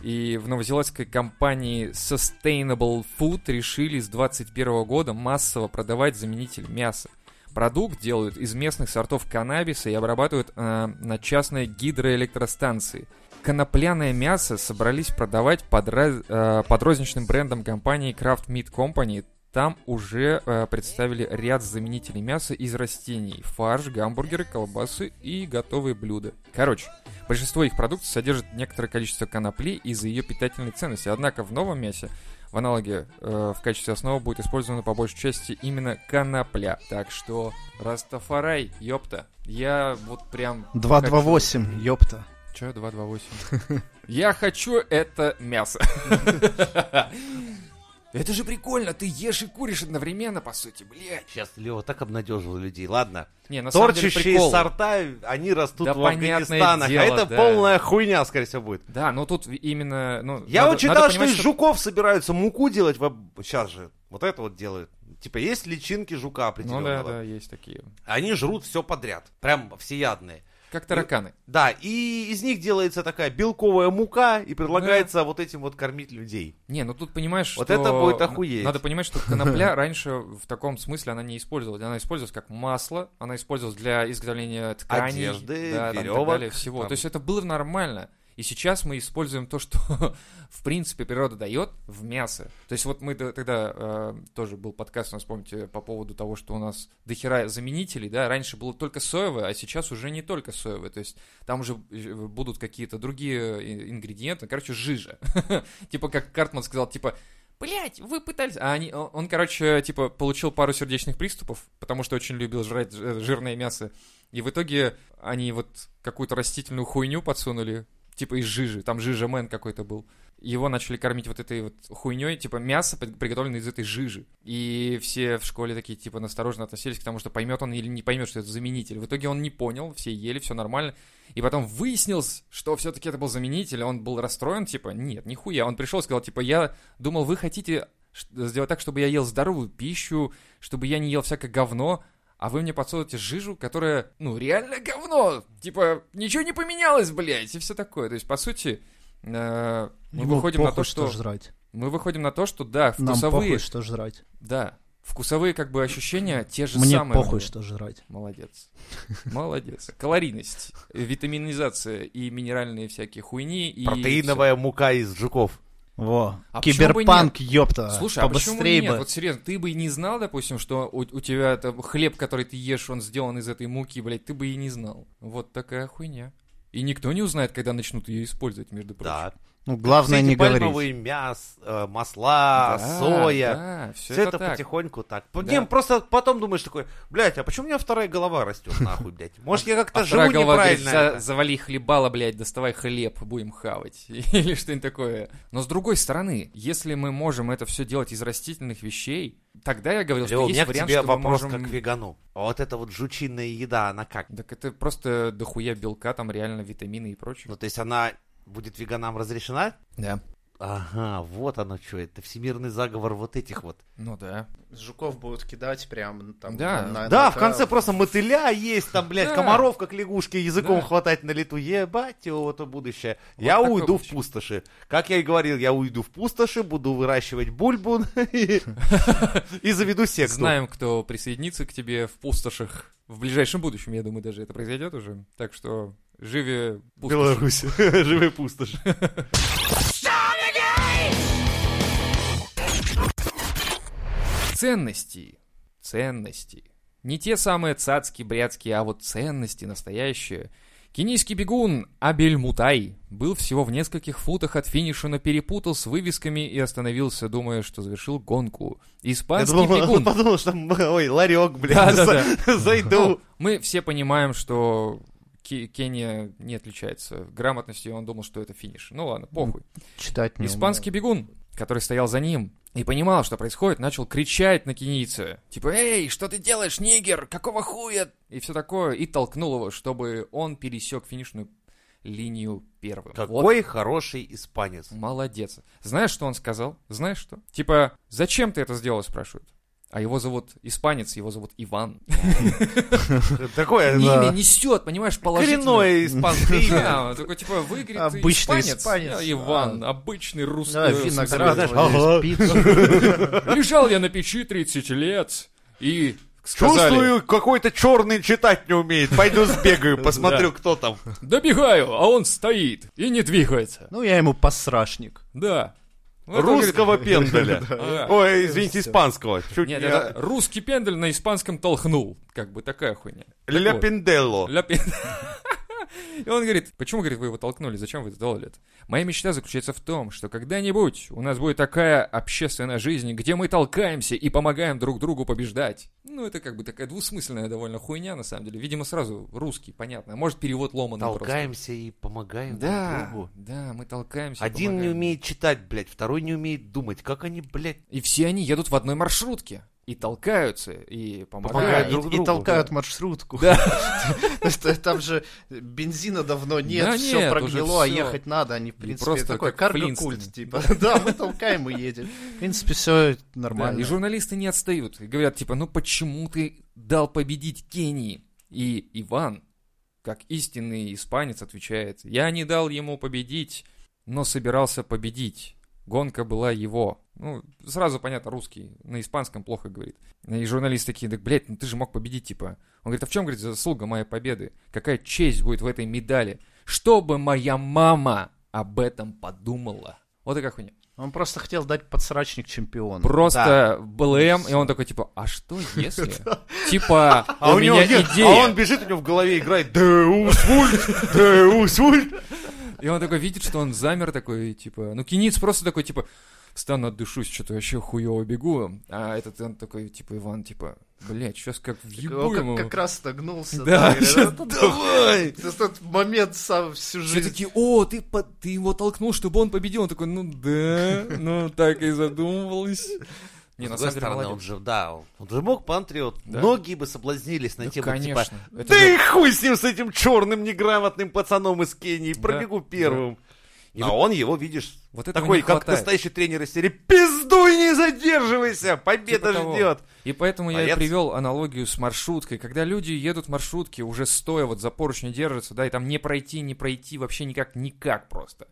Speaker 4: и в новозеландской компании Sustainable Food решили с 2021 года массово продавать заменитель мяса. Продукт делают из местных сортов каннабиса и обрабатывают э, на частной гидроэлектростанции. Конопляное мясо собрались продавать под, раз- э, под розничным брендом компании Kraft Meat Company. Там уже э, представили ряд заменителей мяса из растений. Фарш, гамбургеры, колбасы и готовые блюда. Короче, большинство их продуктов содержит некоторое количество конопли из-за ее питательной ценности. Однако в новом мясе в аналоге э, в качестве основы будет использована по большей части именно конопля. Так что, Растафарай, ёпта. Я вот прям...
Speaker 3: 228, ёпта.
Speaker 4: Че, 228? Я хочу это мясо. Это же прикольно, ты ешь и куришь одновременно, по сути, блядь.
Speaker 2: Сейчас Лева так обнадежил людей. Ладно.
Speaker 4: Не, на самом деле
Speaker 2: Торчащие
Speaker 4: прикол.
Speaker 2: сорта, они растут
Speaker 4: Да
Speaker 2: в
Speaker 4: понятное
Speaker 2: Афганистанах.
Speaker 4: дело,
Speaker 2: а это
Speaker 4: да.
Speaker 2: полная хуйня, скорее всего, будет.
Speaker 4: Да, но тут именно... Ну,
Speaker 2: Я
Speaker 4: надо-
Speaker 2: вот читал,
Speaker 4: надо
Speaker 2: что
Speaker 4: понимать,
Speaker 2: из жуков собираются муку делать. Сейчас же вот это вот делают. Типа есть личинки жука
Speaker 4: Ну
Speaker 2: определенного.
Speaker 4: да, да, есть такие.
Speaker 2: Они жрут все подряд. Прям всеядные.
Speaker 4: Как тараканы.
Speaker 2: Да, и из них делается такая белковая мука, и предлагается вот этим вот кормить людей.
Speaker 4: Не, ну тут понимаешь,
Speaker 2: Вот
Speaker 4: что...
Speaker 2: это будет
Speaker 4: н-
Speaker 2: охуеть.
Speaker 4: Надо понимать, что конопля раньше в таком смысле она не использовалась. Она использовалась как масло, она использовалась для изготовления тканей.
Speaker 2: Одежды,
Speaker 4: да, там, и так
Speaker 2: верёвок,
Speaker 4: далее, всего.
Speaker 2: там.
Speaker 4: То есть это было нормально. И сейчас мы используем то, что, в принципе, природа дает в мясо. То есть вот мы до- тогда, э, тоже был подкаст, у нас, помните, по поводу того, что у нас дохера заменителей, да, раньше было только соевое, а сейчас уже не только соевое. То есть там уже э, будут какие-то другие э, ингредиенты, короче, жижа. Типа как Картман сказал, типа, блять, вы пытались... А они, он, он, короче, типа, получил пару сердечных приступов, потому что очень любил жрать ж- э, жирное мясо. И в итоге они вот какую-то растительную хуйню подсунули, типа из жижи, там жижа мэн какой-то был. Его начали кормить вот этой вот хуйней, типа мясо, под- приготовленное из этой жижи. И все в школе такие, типа, насторожно относились к тому, что поймет он или не поймет, что это заменитель. В итоге он не понял, все ели, все нормально. И потом выяснилось, что все-таки это был заменитель, он был расстроен, типа, нет, нихуя. Он пришел и сказал, типа, я думал, вы хотите ш- сделать так, чтобы я ел здоровую пищу, чтобы я не ел всякое говно, а вы мне подсовываете жижу, которая, ну, реально говно. Типа, ничего не поменялось, блядь, и все такое. То есть, по сути, э, мы
Speaker 3: Ему
Speaker 4: выходим на то,
Speaker 3: похуй,
Speaker 4: что...
Speaker 3: жрать.
Speaker 4: Мы выходим на то, что, да,
Speaker 3: Нам
Speaker 4: вкусовые...
Speaker 3: похуй, что жрать.
Speaker 4: Да, вкусовые, как бы, ощущения те же
Speaker 3: Мне
Speaker 4: самые.
Speaker 3: похуй,
Speaker 4: были.
Speaker 3: что жрать.
Speaker 4: Молодец. Молодец. Калорийность, витаминизация и минеральные всякие хуйни. И
Speaker 2: Протеиновая мука из жуков.
Speaker 3: Во.
Speaker 4: А почему бы
Speaker 3: Киберпанк,
Speaker 4: всё.
Speaker 3: ёпта.
Speaker 4: Слушай, а почему
Speaker 3: побыстрее
Speaker 4: нет?
Speaker 3: бы.
Speaker 4: Вот серьезно, ты бы и не знал, допустим, что у, у тебя там хлеб, который ты ешь, он сделан из этой муки, блядь, ты бы и не знал. Вот такая хуйня. И никто не узнает, когда начнут ее использовать, между прочим.
Speaker 2: Да.
Speaker 3: Ну, главное
Speaker 2: Все
Speaker 3: не
Speaker 2: эти
Speaker 3: говорить.
Speaker 2: пальмовые мяс, э, масла,
Speaker 4: Да,
Speaker 2: а, соя.
Speaker 4: Да, все,
Speaker 2: Все
Speaker 4: это,
Speaker 2: это,
Speaker 4: так.
Speaker 2: потихоньку так.
Speaker 4: Да.
Speaker 2: Не, просто потом думаешь такой, блядь, а почему у меня вторая голова растет, нахуй, блядь? Может, я как-то
Speaker 4: А
Speaker 2: живу
Speaker 4: вторая голова говорит,
Speaker 2: неправильно?
Speaker 4: «За- завали хлебало, блядь, доставай хлеб, будем хавать. Или что-нибудь такое. Но с другой стороны, если мы можем это все делать из растительных вещей, тогда я говорил,
Speaker 2: Лёва,
Speaker 4: что
Speaker 2: у меня
Speaker 4: есть
Speaker 2: к
Speaker 4: вариант,
Speaker 2: тебе
Speaker 4: что мы
Speaker 2: вопрос
Speaker 4: можем...
Speaker 2: как к вегану. А вот эта вот жучиная еда, она как?
Speaker 4: Так это просто дохуя белка, там реально витамины и прочее.
Speaker 2: Ну, то есть она будет веганам разрешена?
Speaker 4: Да.
Speaker 2: Ага, вот оно что, это всемирный заговор вот этих вот.
Speaker 4: Ну да.
Speaker 3: Жуков будут кидать прям ну, там.
Speaker 4: Да.
Speaker 3: на-
Speaker 2: Да,
Speaker 3: на-
Speaker 2: в конце просто мотыля есть, там, блядь,
Speaker 4: Да.
Speaker 2: комаров, как лягушки, языком
Speaker 4: Да.
Speaker 2: хватать на лету. Ебать его, то будущее. я
Speaker 4: такое
Speaker 2: уйду в
Speaker 4: будущее.
Speaker 2: пустоши. Как я и говорил, я уйду в пустоши, буду выращивать бульбу и и заведу секту.
Speaker 4: Знаем, кто присоединится к тебе в пустошах в ближайшем будущем, я думаю, даже это произойдет уже. Так что живи пустоши.
Speaker 2: Беларусь. Живые пустоши.
Speaker 4: Ценности. Ценности. Не те самые цацки-бряцкие, а вот ценности настоящие. Кенийский бегун Абель Мутай был всего в нескольких футах от финиша, но перепутал с вывесками и остановился, думая, что завершил гонку.
Speaker 2: Я
Speaker 4: Испанский
Speaker 2: думал, он
Speaker 4: бегун...
Speaker 2: подумал, что там, ой, ларек, блядь,
Speaker 4: Да-да-да.
Speaker 2: за- зайду.
Speaker 4: Ну, мы все понимаем, что Ке- Кения не отличается грамотностью, и он думал, что это финиш. Ну ладно, похуй.
Speaker 3: Читать не умею.
Speaker 4: Испанский бегун, который стоял за ним и понимал, что происходит, начал кричать на кенийца. Типа, «Эй, что ты делаешь, нигер? Какого хуя?» И все такое. И толкнул его, чтобы он пересек финишную линию первым. Вот
Speaker 2: Какой хороший испанец.
Speaker 4: Молодец. Знаешь, что он сказал? Знаешь что? Типа, зачем ты это сделал, спрашивают. А его зовут испанец, его зовут Иван.
Speaker 2: Такое
Speaker 4: Имя
Speaker 2: да,
Speaker 4: несет, понимаешь, положительное.
Speaker 2: коренное испанское имя.
Speaker 4: Да, он такой, типа, выиграет
Speaker 3: Обычный
Speaker 4: испанец.
Speaker 3: испанец.
Speaker 4: Я Иван, обычный русский.
Speaker 3: Да,
Speaker 4: э,
Speaker 3: виноград,
Speaker 4: знаешь,
Speaker 2: Ага.
Speaker 3: вроде,
Speaker 4: ну,
Speaker 3: пицца.
Speaker 4: Лежал я на печи 30 лет и сказали,
Speaker 2: Чувствую, какой-то черный читать не умеет. Пойду сбегаю, посмотрю, кто там.
Speaker 4: добегаю, а он стоит и не двигается.
Speaker 3: Ну, я ему посрашник.
Speaker 4: Да. Вот он
Speaker 2: Русского пенделя.
Speaker 4: говорит, «А».
Speaker 2: Ой, извините, испанского. Чуть
Speaker 4: Нет,
Speaker 2: не- а,
Speaker 4: это русский пендель на испанском толкнул. Как бы такая хуйня.
Speaker 2: Ля
Speaker 4: Вот.
Speaker 2: пенделло.
Speaker 4: Ля пен- И он говорит, почему, говорит, вы его толкнули, зачем вы это сделали? это? Моя мечта заключается в том, что когда-нибудь у нас будет такая общественная жизнь, где мы толкаемся и помогаем друг другу побеждать. Ну, это как бы такая двусмысленная довольно хуйня, на самом деле. Видимо, сразу русский, понятно. А может, перевод ломаный просто.
Speaker 2: Толкаемся и помогаем друг
Speaker 4: Да,
Speaker 2: другу.
Speaker 4: да, мы толкаемся.
Speaker 2: Один не
Speaker 4: помогаем.
Speaker 2: умеет читать, блядь, второй не умеет думать. Как они, блядь,
Speaker 4: И все они едут в одной маршрутке. И толкаются, и
Speaker 2: Помогают
Speaker 4: помогают.
Speaker 3: Да,
Speaker 2: друг
Speaker 3: и-
Speaker 2: другу,
Speaker 3: И толкают маршрутку. Это- Там же бензина давно
Speaker 4: Да
Speaker 3: нет,
Speaker 4: нет,
Speaker 3: все
Speaker 4: уже
Speaker 3: прогнило, а
Speaker 4: всё.
Speaker 3: ехать надо. Они, в принципе,
Speaker 4: просто
Speaker 3: такой
Speaker 4: как
Speaker 3: карго-культ.
Speaker 4: Флинстоны.
Speaker 3: Типа, да, мы толкаем и едем. В принципе, все
Speaker 4: Да, и
Speaker 3: нормально.
Speaker 4: журналисты не отстают. И говорят, типа, ну почему ты дал победить Кении? И Иван, как истинный испанец, отвечает, я не дал ему победить, но собирался победить. Гонка была его. Ну, сразу понятно, русский на испанском плохо говорит. И журналисты такие, так, блядь, ну ты же мог победить, типа. Он говорит, а в чем, говорит, заслуга моей победы? Какая честь будет в этой медали? Чтобы моя мама об этом подумала. Вот такая хуйня.
Speaker 3: Он просто хотел дать подсрачник чемпиона.
Speaker 4: Просто БЛМ, и он такой, типа, а что если? Типа, у меня
Speaker 2: нет-
Speaker 4: идея.
Speaker 2: а он бежит, у него в голове играет Деус Вульт, Деус Вульт.
Speaker 4: И он такой видит, что он замер такой, типа, ну, кинец просто такой, типа, встану, отдышусь, что-то вообще хуёво бегу. А этот он такой, типа, Иван, типа, блядь, сейчас как въебу
Speaker 3: Он
Speaker 4: ему.
Speaker 3: как, как раз нагнулся.
Speaker 4: Да,
Speaker 3: и говорит,
Speaker 4: щас
Speaker 3: «Это давай! Это тот момент сам всю
Speaker 4: Все
Speaker 3: жизнь.
Speaker 4: такие, о, ты, по- ты его толкнул, чтобы он победил. Он такой, ну да, ну так и задумывалось. Не,
Speaker 2: С
Speaker 4: на
Speaker 2: другой
Speaker 4: самом деле,
Speaker 2: стороны, он
Speaker 4: молодец.
Speaker 2: же, типа, да, он, он же мог пантриот.
Speaker 4: Да.
Speaker 2: Многие бы соблазнились на
Speaker 4: Да,
Speaker 2: тему, типа,
Speaker 4: Ну, конечно. Это
Speaker 2: да
Speaker 4: же-
Speaker 2: и хуй с ним, с этим черным неграмотным пацаном из Кении, пробегу
Speaker 4: да.
Speaker 2: первым.
Speaker 4: И
Speaker 2: а
Speaker 4: вот-
Speaker 2: он его, видишь,
Speaker 4: Вот этого
Speaker 2: такой,
Speaker 4: не
Speaker 2: как
Speaker 4: хватает.
Speaker 2: настоящий тренер из серии, пиздуй, не задерживайся, победа
Speaker 4: Типа того.
Speaker 2: ждет.
Speaker 4: И поэтому я и
Speaker 2: Боец.
Speaker 4: привел аналогию с маршруткой. Когда люди едут в маршрутке, уже стоя вот за поручни держатся, да, и там не пройти, не пройти вообще никак, никак просто.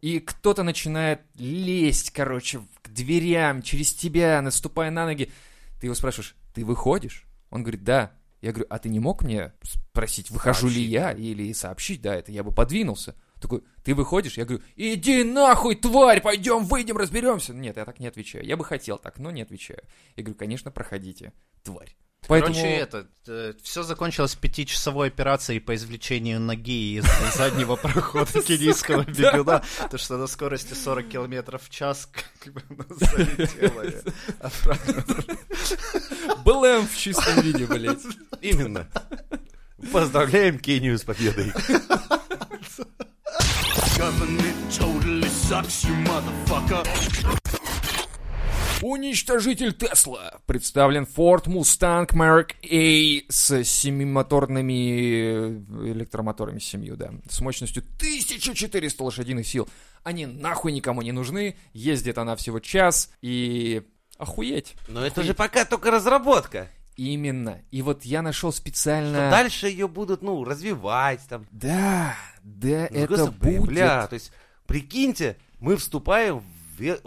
Speaker 4: И кто-то начинает лезть, короче, в- к дверям, через тебя, наступая на ноги. Ты его спрашиваешь, ты выходишь? Он говорит, да. Я говорю, а ты не мог мне спросить, выхожу ли
Speaker 2: Сообщить,
Speaker 4: я, или сообщить, да, это я бы подвинулся. Такой, ты выходишь? Я говорю, иди нахуй, тварь, пойдем, выйдем, разберемся. Нет, я так не отвечаю. Я бы хотел так, но не отвечаю. Я говорю, конечно, проходите, тварь. Поэтому...
Speaker 3: Короче, это, все закончилось пятичасовой операцией по извлечению ноги из заднего прохода кенийского бегуна, потому что на скорости 40 километров в час как бы она залетела. и обратно.
Speaker 4: БЛМ в чистом виде, блядь.
Speaker 2: Именно. Поздравляем Кению с победой.
Speaker 4: Уничтожитель Тесла. Представлен Ford Mustang Mark A с семимоторными э, электромоторами семью, да. С мощностью 1400 лошадиных сил. Они нахуй никому не нужны, ездит она всего час, и охуеть.
Speaker 2: Но это же пока только разработка.
Speaker 4: Именно. И вот я нашел специально...
Speaker 2: Дальше ее будут, ну, развивать там.
Speaker 4: Да, да,
Speaker 2: Ну,
Speaker 4: это
Speaker 2: господи,
Speaker 4: будет...
Speaker 2: Бля, то есть, прикиньте, мы вступаем в, ве-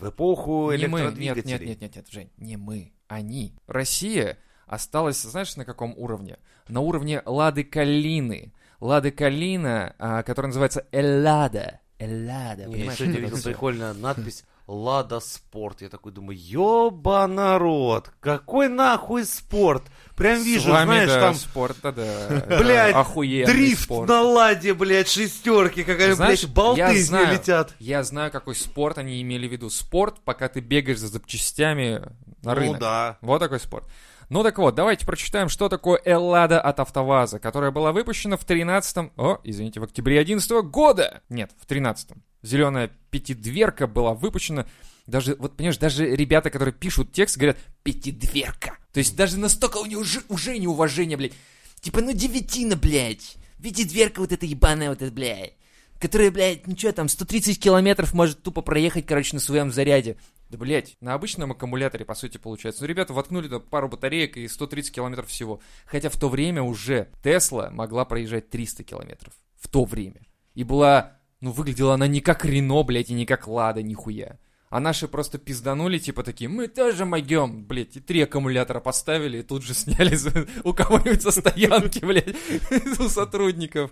Speaker 2: в эпоху
Speaker 4: Не мы, нет,
Speaker 2: электродвигателей.
Speaker 4: нет, нет, нет, нет, Жень, не мы, они. Россия осталась, знаешь, на каком уровне? На уровне Лады Калины. Лады Калина, а, которая называется Эллада. Эллада,
Speaker 2: Я
Speaker 4: понимаешь?
Speaker 2: сегодня
Speaker 4: вот это
Speaker 2: видел
Speaker 4: всё.
Speaker 2: прикольную надпись «Лада Спорт». Я такой думаю, ёба народ, какой нахуй спорт? Прям
Speaker 4: С
Speaker 2: вижу,
Speaker 4: вами,
Speaker 2: знаешь,
Speaker 4: да,
Speaker 2: там
Speaker 4: спорт, да, да.
Speaker 2: Блядь,
Speaker 4: да, охуенный
Speaker 2: дрифт
Speaker 4: спорт.
Speaker 2: на ладе, блядь, шестерки, какая,
Speaker 4: Знаешь,
Speaker 2: блядь, болты
Speaker 4: я
Speaker 2: из нее
Speaker 4: знаю.
Speaker 2: летят.
Speaker 4: Я знаю, какой спорт они имели в виду. Спорт, пока ты бегаешь за запчастями на рынок.
Speaker 2: Ну да.
Speaker 4: Вот такой спорт. Ну так вот, давайте прочитаем, что такое Эллада от АвтоВАЗа, которая была выпущена в 13 О, извините, в октябре 11 года! Нет, в 13-м. Зеленая пятидверка была выпущена. Даже, вот понимаешь, даже ребята, которые пишут текст, говорят «пятидверка». То есть даже настолько у них уже, уже неуважение, блядь. Типа, ну девятина, блядь. Пятидверка вот эта ебаная вот эта, блядь. Которая, блядь, ну чё там, 130 километров может тупо проехать, короче, на своем заряде. Да, блядь, на обычном аккумуляторе, по сути, получается. Ну, ребята воткнули туда пару батареек и 130 километров всего. Хотя в то время уже Тесла могла проезжать 300 километров. В то время. И была... Ну, выглядела она не как Рено, блядь, и не как Лада, нихуя. А наши просто пизданули, типа такие, мы тоже могем, блядь, и три аккумулятора поставили, и тут же сняли за- у кого-нибудь со стоянки, блядь, у сотрудников.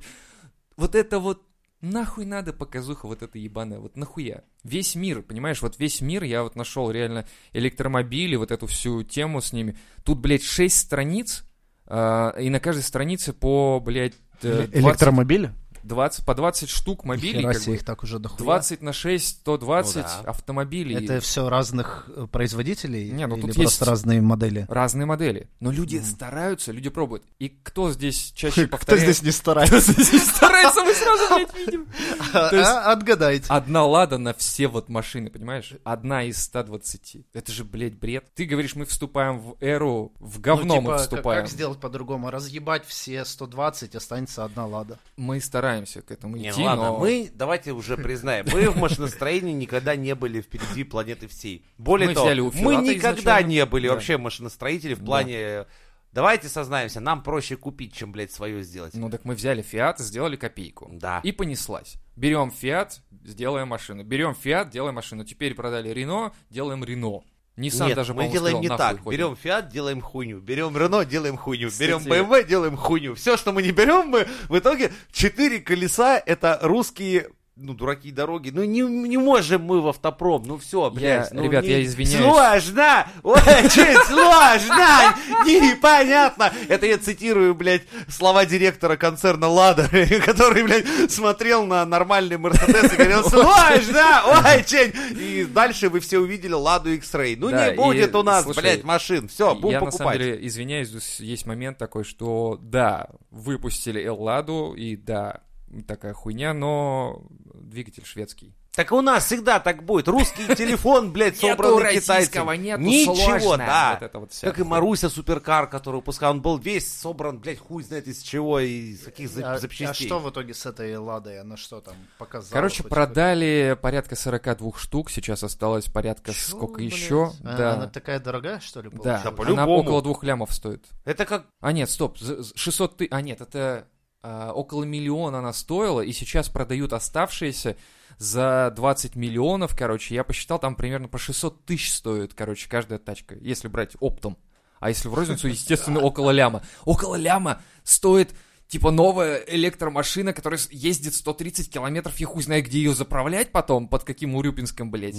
Speaker 4: Вот это вот Нахуй надо показуха вот эта ебаная, вот нахуя? Весь мир, понимаешь, вот весь мир, я вот нашел реально электромобили, вот эту всю тему с ними. Тут, блядь, 6 страниц, а, и на каждой странице по, блядь, э, 20,
Speaker 3: Электромобили?
Speaker 4: 20 по 20 штук мобилей,
Speaker 3: Нихера
Speaker 4: как
Speaker 3: себе,
Speaker 4: бы.
Speaker 3: их так уже дохуя.
Speaker 4: 20 на 6, 120
Speaker 2: Ну да.
Speaker 4: автомобилей.
Speaker 3: Это все разных э, производителей?
Speaker 4: Не, ну
Speaker 3: или
Speaker 4: тут
Speaker 3: просто
Speaker 4: есть-
Speaker 3: разные модели?
Speaker 4: Разные модели. Но люди
Speaker 3: Мгм.
Speaker 4: стараются, люди пробуют. И кто здесь чаще повторяет?
Speaker 3: не старается?
Speaker 4: старается, мы сразу, блядь, видим. То есть-
Speaker 3: А, Отгадайте.
Speaker 4: Одна лада на все вот машины, понимаешь? Одна из 120. Это же, блядь, бред. Ты говоришь, мы вступаем в эру, в говно
Speaker 3: Ну,
Speaker 4: мы
Speaker 3: типа, как-
Speaker 4: вступаем.
Speaker 3: Как сделать по-другому? Разъебать все 120, останется одна лада.
Speaker 4: Мы стараемся к этому
Speaker 2: Не,
Speaker 4: идти,
Speaker 2: ну ладно,
Speaker 4: но...
Speaker 2: мы, давайте уже признаем, мы в машиностроении никогда не были впереди планеты всей. Более
Speaker 4: Мы
Speaker 2: того,
Speaker 4: взяли у
Speaker 2: мы
Speaker 4: Филата
Speaker 2: никогда
Speaker 4: изначально.
Speaker 2: не были
Speaker 4: Да.
Speaker 2: вообще машиностроители в
Speaker 4: Да.
Speaker 2: плане... э, Давайте сознаемся, нам проще купить, чем, блядь, свое сделать.
Speaker 4: Ну так мы взяли Фиат, сделали копейку.
Speaker 2: Да.
Speaker 4: И понеслась. Берем Фиат, сделаем машину. Берем Фиат, делаем машину. Теперь продали Рено, делаем Рено. Ниссан
Speaker 2: Нет,
Speaker 4: даже,
Speaker 2: мы
Speaker 4: по-моему,
Speaker 2: делаем
Speaker 4: сказал,
Speaker 2: не
Speaker 4: «Нахуй
Speaker 2: так.
Speaker 4: ходим».
Speaker 2: Берем Фиат, делаем хуйню. Берем Рено, делаем хуйню.
Speaker 4: Кстати-
Speaker 2: Берем БМВ, делаем хуйню. Все, что мы не берем, мы в итоге четыре колеса это русские ну, дураки дороги. Ну, не, не можем мы в автопром. Ну, все, блядь. ну,
Speaker 4: ребят,
Speaker 2: не-
Speaker 4: я извиняюсь.
Speaker 2: Сложно! Очень сложно! Непонятно! Это я цитирую, блядь, слова директора концерна «Лада», который, блядь, смотрел на нормальный «Мерседес» и говорил «Сложно! Очень!» И дальше вы все увидели «Ладу X-Ray». Ну,
Speaker 4: Да,
Speaker 2: не будет
Speaker 4: и,
Speaker 2: у нас,
Speaker 4: слушай,
Speaker 2: блядь, машин. Все, будем
Speaker 4: Я на самом
Speaker 2: покупать.
Speaker 4: деле извиняюсь, здесь есть момент такой, что да, выпустили Элладу, и да, такая хуйня, но двигатель шведский.
Speaker 2: Так у нас всегда так будет. Русский телефон, блядь, собранный китайцами. Ничего, да.
Speaker 4: Вот это вот вся
Speaker 2: Как и
Speaker 4: хуйня.
Speaker 2: Маруся Суперкар, который выпускал, он был весь собран, блядь, хуй знает из чего и из каких за-
Speaker 3: А-
Speaker 2: запчастей.
Speaker 3: А что в итоге с этой ладой? Она что там показала?
Speaker 4: Короче,
Speaker 3: хоть
Speaker 4: продали порядка 42 штук, сейчас осталось порядка
Speaker 3: Чё,
Speaker 4: сколько
Speaker 3: блядь?
Speaker 4: еще.
Speaker 3: А-
Speaker 4: да,
Speaker 3: Она такая дорогая, что ли,
Speaker 4: да.
Speaker 3: получилась?
Speaker 2: Да,
Speaker 4: она
Speaker 2: по-любому.
Speaker 4: около двух лямов стоит.
Speaker 2: Это как...
Speaker 4: А нет, стоп, з- з- 600 ты... А нет, это а, около миллиона она стоила, и сейчас продают оставшиеся за 20 миллионов, короче. Я посчитал, там примерно по 600 тысяч стоит, короче, каждая тачка, если брать оптом. А если в розницу, естественно, около ляма. Около ляма стоит, типа, новая электромашина, которая с- ездит 130 километров, я хуй знает, где ее заправлять потом, под каким Урюпинском, блядь.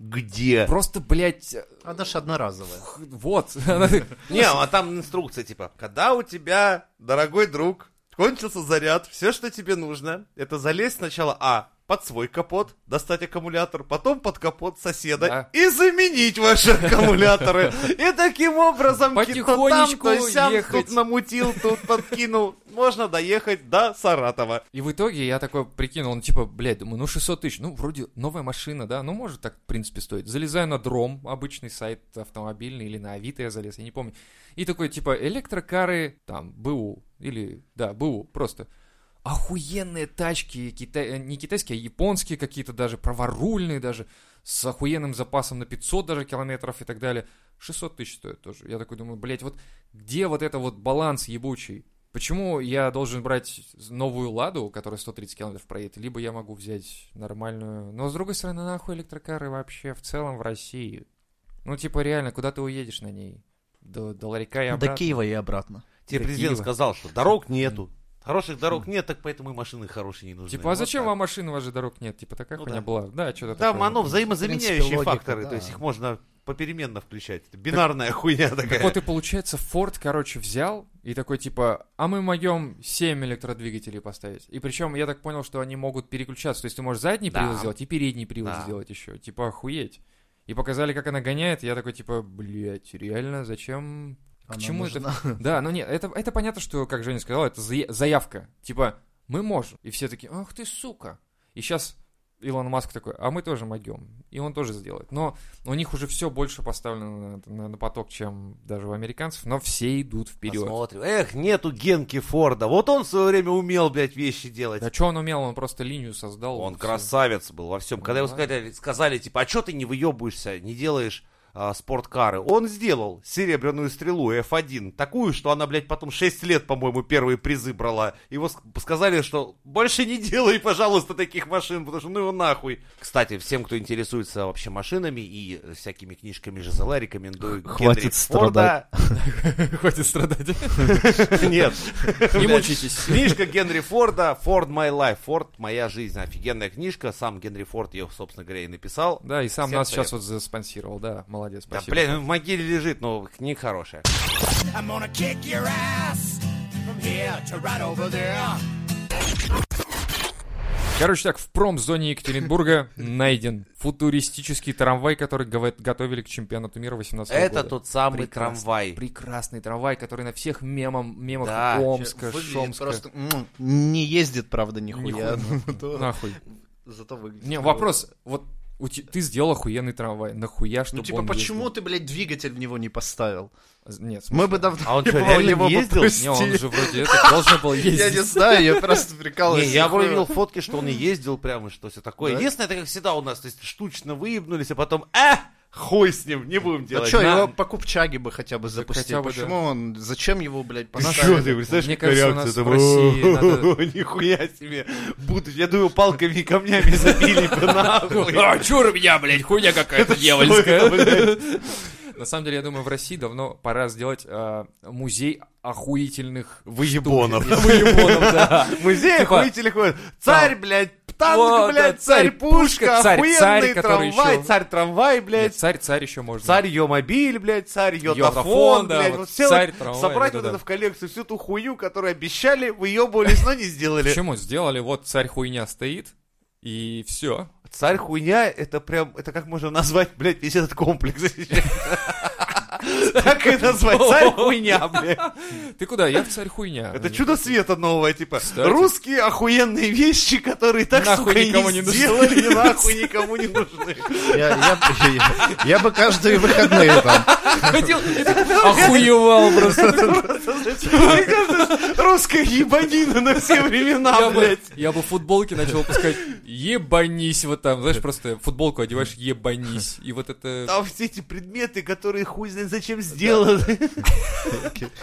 Speaker 2: Нигде.
Speaker 4: Просто, блядь, э,
Speaker 3: Она же одноразовая.
Speaker 4: вот. Она-
Speaker 2: Не, а там инструкция, типа, когда у тебя, дорогой друг, кончился заряд, все, что тебе нужно, это залезть сначала, а, под свой капот, достать аккумулятор, потом под капот соседа
Speaker 4: Да.
Speaker 2: и заменить ваши аккумуляторы. И таким образом, кит- то там,
Speaker 4: Потихонечку
Speaker 2: то сям,
Speaker 4: ехать.
Speaker 2: тут намутил, тут подкинул, можно доехать до Саратова.
Speaker 4: И в итоге я такой прикинул, ну, типа, блядь, думаю, ну 600 тысяч, ну, вроде новая машина, да, ну, может так, в принципе, стоить. Залезаю на Дром, обычный сайт автомобильный, или на Авито я залез, я не помню. И такой, типа, электрокары, там, БУ, или, да, БУ, просто. охуенные тачки, кита- не китайские, а японские какие-то даже, праворульные даже, с охуенным запасом на 500 даже километров и так далее. 600 тысяч стоит тоже. Я такой думаю, блядь, вот где вот это вот баланс ебучий? Почему я должен брать новую «Ладу», которая 130 километров проедет, либо я могу взять нормальную... Но, с другой стороны, нахуй электрокары вообще в целом в России? Ну, типа, реально, куда ты уедешь на ней? До, до ларька и обратно?
Speaker 3: До Киева и обратно.
Speaker 2: Тебе
Speaker 4: Да
Speaker 2: Типа, президент
Speaker 4: Типа Киева.
Speaker 2: сказал, что дорог нету. Хороших дорог нет, так поэтому и машины хорошие не нужны.
Speaker 4: Типа, а
Speaker 2: Вот
Speaker 4: зачем
Speaker 2: так.
Speaker 4: вам машин, у вас же дорог нет? Типа, такая
Speaker 2: Ну
Speaker 4: хуйня
Speaker 2: да.
Speaker 4: была. Да, что-то
Speaker 2: Там
Speaker 4: такое.
Speaker 2: оно
Speaker 3: В
Speaker 2: взаимозаменяющие
Speaker 3: принципе, логика,
Speaker 2: факторы,
Speaker 3: да.
Speaker 2: то есть их можно попеременно включать. Это бинарная хуйня такая.
Speaker 4: Так вот и получается, Форд, короче, взял и такой, типа, а мы могем 7 электродвигателей поставить. И причем я так понял, что они могут переключаться. То есть ты можешь задний
Speaker 2: Да.
Speaker 4: привод сделать и передний привод
Speaker 2: Да.
Speaker 4: сделать еще. Типа, охуеть. И показали, как она гоняет. и Я такой, типа, блядь, реально, зачем? К
Speaker 3: Она
Speaker 4: чему
Speaker 3: нужна.
Speaker 4: это? Да, ну нет, это, это понятно, что, как Женя сказала, это зая- заявка. Типа, мы можем. И все такие, ах ты, сука. И сейчас Илон Маск такой, а мы тоже могем. И он тоже сделает. Но у них уже все больше поставлено на, на- на поток, чем даже у американцев, но все идут вперед.
Speaker 2: Посмотрим. Эх, нету Генки Форда. Вот он в свое время умел, блядь, вещи делать.
Speaker 4: Да что он умел, он просто линию создал.
Speaker 2: Он
Speaker 4: всё.
Speaker 2: красавец был во всем. Когда ему
Speaker 4: Нормально.
Speaker 2: сказали, сказали, типа, а что ты не выебываешься, не делаешь а, спорткары? Он сделал серебряную стрелу F1, такую, что она, блядь, потом 6 лет, по-моему, первые призы брала. Его ск- сказали, что больше не делай, пожалуйста, таких машин, потому что ну его нахуй. Кстати, всем, кто интересуется вообще машинами и э, всякими книжками ЖЗЛ, рекомендую
Speaker 3: Хватит
Speaker 2: Генри
Speaker 3: страдать.
Speaker 2: Форда.
Speaker 4: Хватит страдать.
Speaker 2: Нет.
Speaker 4: Не
Speaker 2: Блядь.
Speaker 4: мучитесь.
Speaker 2: Книжка Генри Форда «Ford My Life», «Ford Моя жизнь». Офигенная книжка. Сам Генри Форд ее, собственно говоря, и написал.
Speaker 4: Да, и сам
Speaker 2: Всем
Speaker 4: нас сейчас
Speaker 2: советую.
Speaker 4: вот заспонсировал, да, молодец,
Speaker 2: Да,
Speaker 4: спасибо.
Speaker 2: блин, он в могиле лежит, но книга хорошая.
Speaker 5: I'm gonna kick your ass from here to right over there.
Speaker 4: Короче так, в промзоне Екатеринбурга найден футуристический трамвай, который гов- готовили к чемпионату мира 18 года.
Speaker 2: Это тот самый
Speaker 4: Прекрасный.
Speaker 2: трамвай.
Speaker 4: прекрасный трамвай, который на всех мемом, мемах
Speaker 2: Да.
Speaker 4: Омска,
Speaker 3: Выглядит
Speaker 4: Шомска.
Speaker 3: просто, м, Не ездит, правда, нихуя. но
Speaker 4: Нахуй.
Speaker 3: Зато выглядит.
Speaker 4: Не,
Speaker 3: круто.
Speaker 4: вопрос, вот у те- ты сделал охуенный трамвай, нахуя, чтобы
Speaker 3: Ну, типа,
Speaker 4: он
Speaker 3: почему
Speaker 4: ездил?
Speaker 3: ты, блядь, двигатель в него не поставил?
Speaker 4: Нет, в смысле?
Speaker 3: Мы бы давно
Speaker 2: А он что,
Speaker 3: ебал,
Speaker 2: реально
Speaker 3: его
Speaker 2: не
Speaker 3: бы
Speaker 2: ездил?
Speaker 3: пустили.
Speaker 4: Не, он же вроде это должен был
Speaker 3: Я не
Speaker 4: ездить.
Speaker 3: знаю, я просто
Speaker 2: Не,
Speaker 3: прикалываюсь.
Speaker 2: я
Speaker 3: Нихуя.
Speaker 2: вывел фотки, что он и ездил прямо, и что все такое.
Speaker 3: Да?
Speaker 2: Единственное, это как всегда у нас, то есть штучно выебнулись, а потом, а, хуй с ним, не будем
Speaker 3: А
Speaker 2: делать.
Speaker 3: что,
Speaker 2: На-
Speaker 3: его по Купчаге бы хотя бы запустили.
Speaker 4: хотя бы, Ну
Speaker 3: Почему он... Зачем его, блядь,
Speaker 2: Ты чё,
Speaker 3: поставили?
Speaker 2: ты представляешь,
Speaker 4: Мне
Speaker 2: какая
Speaker 4: кажется, у
Speaker 2: реакция?
Speaker 4: нас
Speaker 2: Там,
Speaker 4: в России
Speaker 2: «О-о-о, Нихуя себе. Будут, я думаю, палками и камнями забили бы нахуй.
Speaker 4: А, чур меня, блядь, хуйня
Speaker 2: Что
Speaker 4: какая-то
Speaker 2: это,
Speaker 4: дьявольская.
Speaker 2: блядь?
Speaker 4: На самом деле, я думаю, в России давно пора сделать а, музей охуительных
Speaker 2: Выебонов.
Speaker 4: штук. Выебонов, да.
Speaker 2: Музей
Speaker 4: Типа,
Speaker 2: охуительных войн. Царь, блядь, танк,
Speaker 4: Вот,
Speaker 2: блядь,
Speaker 4: да,
Speaker 2: царь,
Speaker 4: царь,
Speaker 2: пушка,
Speaker 4: пушка, царь,
Speaker 2: охуенный
Speaker 4: царь, который
Speaker 2: трамвай,
Speaker 4: ещё-
Speaker 2: царь, трамвай,
Speaker 4: Нет,
Speaker 2: блядь.
Speaker 4: царь, царь еще можно.
Speaker 2: Царь Йомобиль, блядь, царь Йотафон,
Speaker 4: Йотафон, да,
Speaker 2: блядь.
Speaker 4: вот
Speaker 2: Вот все
Speaker 4: царь,
Speaker 2: вот
Speaker 4: трамвай,
Speaker 2: собрать
Speaker 4: да,
Speaker 2: вот
Speaker 4: да.
Speaker 2: это в коллекцию, всю ту хую, которую обещали, выебывались, но не сделали.
Speaker 4: Почему сделали? Вот царь хуйня стоит, и все.
Speaker 2: Царь хуйня, это прям, это как можно назвать, блядь, весь этот комплекс. Так и назвать, царь хуйня, блядь.
Speaker 4: Ты куда? Я в царь хуйня.
Speaker 2: Это чудо света новое, типа,
Speaker 4: Кстати.
Speaker 2: русские охуенные вещи, которые так,
Speaker 4: Нахуй
Speaker 2: сука, и
Speaker 4: никому
Speaker 2: не
Speaker 4: не нужны.
Speaker 2: сделали, и нахуй никому не нужны.
Speaker 3: Я, я- я- я бы каждые выходные там.
Speaker 4: Ходил и так охуевал просто.
Speaker 2: Мне кажется, русская ебанина на все времена,
Speaker 4: Я бы,
Speaker 2: блядь.
Speaker 4: я бы футболки начал пускать «Ебанись!» вот там, знаешь, просто футболку одеваешь «Ебанись!» И вот это,
Speaker 2: Там все эти предметы, которые хуй знает зачем сделаны.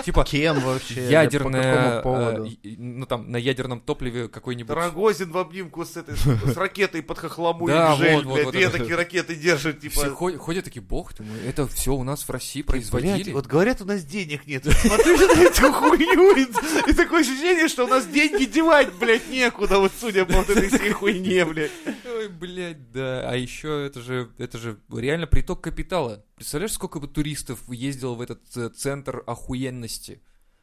Speaker 4: типа,
Speaker 3: Кем вообще?
Speaker 4: ядерное,
Speaker 3: По какому поводу?
Speaker 4: э, и- и, ну там, на ядерном топливе какой-нибудь...
Speaker 2: Рогозин в обнимку с этой, с ракетой под хохлому
Speaker 4: Да,
Speaker 2: и Гжель,
Speaker 4: вот, вот,
Speaker 2: блядь.
Speaker 4: вот
Speaker 2: Две
Speaker 4: это.
Speaker 2: такие ракеты держат,
Speaker 4: Все
Speaker 2: типа...
Speaker 4: ходят, ходят такие, бог ты мой, это все у нас в России
Speaker 2: Блядь,
Speaker 4: производили.
Speaker 2: вот говорят, у нас денег нет. Смотришь на эту хуйню, и, и такое ощущение, что у нас деньги девать, блядь, некуда, вот судя по вот этой всей хуйне, блядь.
Speaker 4: Ой, блядь, да. А еще это же, это же реально приток капитала. Представляешь, сколько бы туристов ездило в этот э, центр охуенности?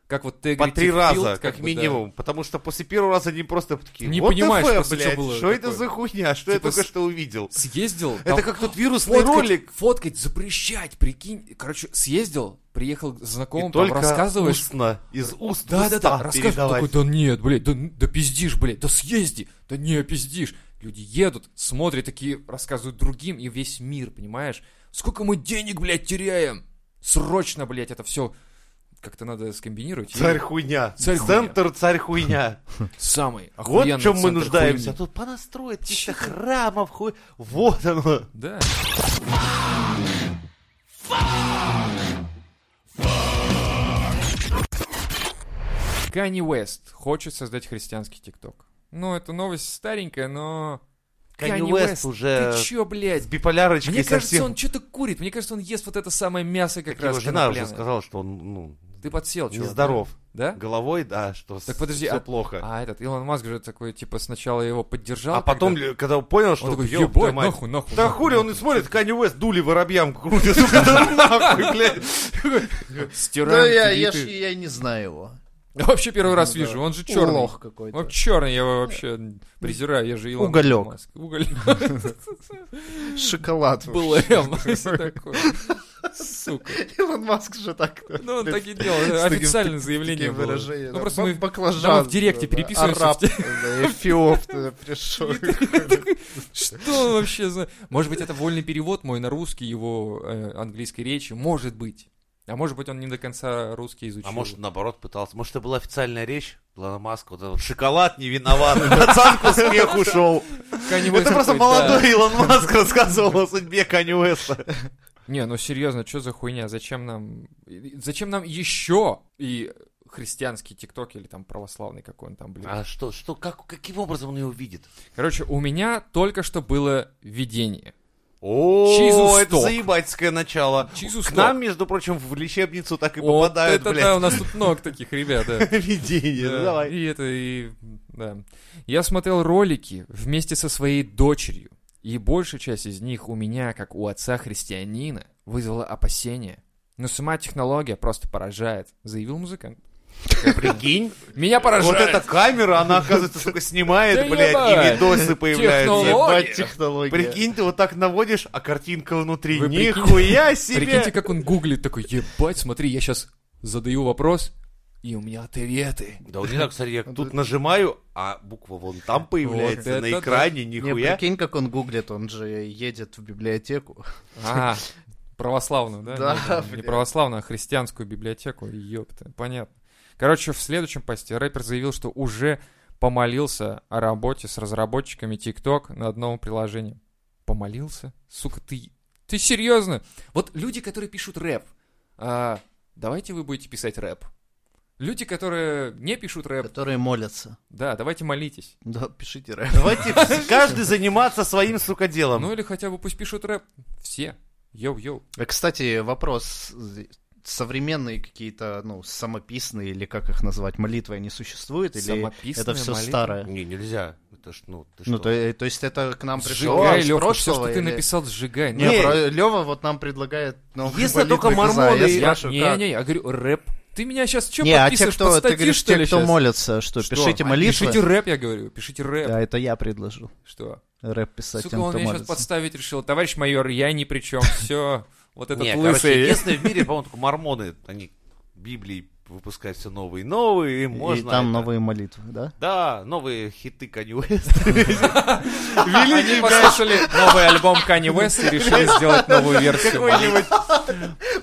Speaker 4: Как вот Tegrit
Speaker 2: По три
Speaker 4: Field,
Speaker 2: раза, как,
Speaker 4: бы, Типа, да.
Speaker 2: минимум. Потому что после первого раза они просто такие,
Speaker 4: Не
Speaker 2: «What the
Speaker 4: понимаешь
Speaker 2: fuck,
Speaker 4: просто, что
Speaker 2: блядь,
Speaker 4: было
Speaker 2: что это
Speaker 4: такое?»
Speaker 2: за хуйня, что я
Speaker 4: Типа
Speaker 2: только
Speaker 4: с-
Speaker 2: что увидел.
Speaker 4: Съездил.
Speaker 2: Это
Speaker 4: там-
Speaker 2: как тот
Speaker 4: фоткать,
Speaker 2: вирусный ролик.
Speaker 4: Фоткать, запрещать, прикинь. Короче, съездил, приехал к знакомым,
Speaker 2: И
Speaker 4: там
Speaker 2: только ну,
Speaker 4: рассказываешь.
Speaker 2: устно, из уст в
Speaker 4: Да, да, да,
Speaker 2: уста
Speaker 4: рассказываешь,
Speaker 2: передавать.
Speaker 4: такой, да нет, блядь, да, да пиздишь, блядь, да съезди, да не пиздишь. Люди едут, смотрят, такие рассказывают другим, и весь мир, понимаешь? Сколько мы денег, блядь, теряем? Срочно, блядь, это все как-то надо скомбинировать. И
Speaker 2: Царь хуйня.
Speaker 4: Царь хуйня.
Speaker 2: Центр царь хуйня.
Speaker 4: Самый
Speaker 2: Вот
Speaker 4: охуенный
Speaker 2: в чем мы
Speaker 4: центр
Speaker 2: нуждаемся.
Speaker 4: хуйни.
Speaker 2: А тут понастроят каких-то храмов, хуй. Вот оно.
Speaker 4: Да. Канни Уэст хочет создать христианский ТикТок. Ну, это новость старенькая, но...
Speaker 2: Канни
Speaker 4: Канни
Speaker 2: Уэст уже
Speaker 4: Ты чё, блядь?
Speaker 2: С биполярочкой
Speaker 4: Мне кажется,
Speaker 2: совсем.
Speaker 4: он что-то курит. Мне кажется, он ест вот это самое мясо как
Speaker 2: Так
Speaker 4: раз.
Speaker 2: Его жена уже
Speaker 4: конопляное.
Speaker 2: сказала, что он ну,
Speaker 4: Ты подсел, чувак.
Speaker 2: нездоров.
Speaker 4: Да?
Speaker 2: Головой, да, что
Speaker 4: Так подожди,
Speaker 2: все
Speaker 4: а-
Speaker 2: плохо.
Speaker 4: А этот Илон Маск же такой, типа, сначала его поддержал.
Speaker 2: А потом,
Speaker 4: когда-
Speaker 2: ли- когда он понял, что
Speaker 4: Он такой,
Speaker 2: ёб твою
Speaker 4: ебать,
Speaker 2: мать».
Speaker 4: нахуй, нахуй.
Speaker 2: Да
Speaker 4: нахуй,
Speaker 2: хули он и
Speaker 4: нахуй.
Speaker 2: смотрит, Канни Уэст дули воробьям крутит, сука, да нахуй, блядь.
Speaker 4: Стираем
Speaker 3: Да я, я, ж,
Speaker 4: твиты.
Speaker 3: я не знаю его.
Speaker 4: Вообще первый раз
Speaker 3: Ну
Speaker 4: вижу,
Speaker 3: да.
Speaker 4: он же черный.
Speaker 3: Лох какой-то.
Speaker 4: Он черный, я его вообще презираю, я же Илон
Speaker 3: Уголек.
Speaker 4: Маск. Уголек.
Speaker 3: Шоколад.
Speaker 4: БЛМ. Всё такое. Сука.
Speaker 3: Илон Маск же так.
Speaker 4: Ну, он так и делал.
Speaker 3: С таким-
Speaker 4: Официальное
Speaker 3: с
Speaker 4: заявление
Speaker 3: таким
Speaker 4: было.
Speaker 3: выражением,
Speaker 4: Ну,
Speaker 3: да.
Speaker 4: просто
Speaker 3: Ба-
Speaker 4: мы
Speaker 3: баклажан, э,
Speaker 4: да, мы в директе
Speaker 3: да,
Speaker 4: переписываемся.
Speaker 3: араб, э, да, Эфиоп туда пришел.
Speaker 4: Что он вообще за... Может быть, это вольный перевод мой на русский его э, английской речи? Может быть. А может быть, он не до конца русский изучил.
Speaker 2: А может, наоборот, пытался. Может, это была официальная речь Илона Маска, вот этот шоколад не виноват, пацан к успеху ушел.
Speaker 4: Kanye West
Speaker 2: Это просто
Speaker 4: такой,
Speaker 2: молодой
Speaker 4: «Да».
Speaker 2: Илон Маск рассказывал о судьбе Канни Уэста.
Speaker 4: Не, ну серьезно, что за хуйня? Зачем нам... и- Зачем нам еще и христианский тикток или там православный какой он там, блин.
Speaker 2: А что, что, как, каким образом он его видит?
Speaker 4: Короче, у меня только что было видение.
Speaker 2: О,
Speaker 4: Jesus
Speaker 2: это
Speaker 4: Talk.
Speaker 2: заебательское начало.
Speaker 4: Jesus
Speaker 2: К нам,
Speaker 4: Talk.
Speaker 2: между прочим, в лечебницу так и
Speaker 4: Вот
Speaker 2: попадают,
Speaker 4: это да,
Speaker 2: блядь.
Speaker 4: у нас тут много таких ребят, да.
Speaker 2: Видение,
Speaker 4: Да,
Speaker 2: ну давай.
Speaker 4: И это, и... Да. Я смотрел ролики вместе со своей дочерью, и большая часть из них у меня, как у отца-христианина, вызвала опасения. Но сама технология просто поражает, заявил музыкант.
Speaker 2: Прикинь,
Speaker 4: Меня
Speaker 2: вот
Speaker 4: поражает!
Speaker 2: эта камера, она, оказывается, сука,
Speaker 4: Да
Speaker 2: снимает, блядь, и
Speaker 4: ебать.
Speaker 2: видосы появляются.
Speaker 4: Технолог-
Speaker 3: Ебать технология.
Speaker 2: Прикинь, ты вот так наводишь, а картинка внутри.
Speaker 4: Вы прикинь-
Speaker 2: Нихуя себе!
Speaker 4: Прикиньте, как он гуглит, такой, ебать, смотри, я сейчас задаю вопрос, и у меня ответы.
Speaker 2: Да вот не так, смотри, я тут нажимаю, а буква вон там появляется
Speaker 4: это
Speaker 2: на
Speaker 4: да.
Speaker 2: экране,
Speaker 3: Не,
Speaker 2: нихуя.
Speaker 3: прикинь, как он гуглит, он же едет в библиотеку.
Speaker 4: А, православную, да?
Speaker 3: Да,
Speaker 4: Не, там, Не,
Speaker 3: блядь.
Speaker 4: православную, а христианскую библиотеку. Ёпта, понятно. Короче, в следующем посте рэпер заявил, что уже помолился о работе с разработчиками TikTok над новым приложением. Помолился? Сука, ты... Ты серьезно? Вот люди, которые пишут рэп, а, давайте вы будете писать рэп. Люди, которые не пишут рэп,
Speaker 3: Которые молятся.
Speaker 4: да, давайте молитесь.
Speaker 3: Да, пишите рэп.
Speaker 2: Давайте каждый заниматься своим, сука, делом.
Speaker 4: Ну или хотя бы пусть пишут рэп. Все. Йоу-йоу.
Speaker 3: А, Кстати, вопрос. Современные какие-то, ну, самописные, или как их назвать, молитвы, они существуют? Или
Speaker 4: Самописные
Speaker 3: это все
Speaker 4: молитвы?
Speaker 3: старое?
Speaker 2: Не, нельзя. Это ж, ну, ты
Speaker 3: Ну,
Speaker 2: что?
Speaker 3: то, то есть это к нам пришло
Speaker 4: Сжигай,
Speaker 3: из
Speaker 4: Лёха, все,
Speaker 3: прошлого?
Speaker 4: что ты
Speaker 3: или-
Speaker 4: написал, сжигай.
Speaker 2: Не,
Speaker 3: Не, Лева вот нам предлагает... Ну,
Speaker 2: Если только
Speaker 3: молитвы к Израилю.
Speaker 2: мормоны-
Speaker 3: Я
Speaker 2: Я-
Speaker 3: спрашиваю,
Speaker 4: не,
Speaker 3: как?
Speaker 4: не, я говорю, рэп. Ты меня сейчас что
Speaker 3: Не, а те,
Speaker 4: подписываешь под
Speaker 3: кто, ты
Speaker 4: статьи,
Speaker 3: говоришь,
Speaker 4: что ли,
Speaker 3: те, кто
Speaker 4: щас?
Speaker 3: молятся, что,
Speaker 4: Что? А,
Speaker 3: пишите молитвы?
Speaker 4: Пишите рэп, я говорю, пишите рэп.
Speaker 3: Да, это я предложил.
Speaker 4: Что?
Speaker 3: Рэп писать
Speaker 4: Сука,
Speaker 3: тем,
Speaker 4: он
Speaker 3: кто
Speaker 4: меня сейчас
Speaker 3: молится.
Speaker 4: подставить решил. Товарищ майор, я ни при чем. Все, вот этот
Speaker 2: Не, короче,
Speaker 4: лысый.
Speaker 2: единственное в мире, по-моему, только мормоны, они Библии выпускают все новые и новые, и можно...
Speaker 3: И там
Speaker 2: это-
Speaker 3: новые молитвы, да?
Speaker 2: Да, новые хиты Канни Уэста.
Speaker 4: Они послушали новый альбом Кани Уэст и решили сделать новую версию.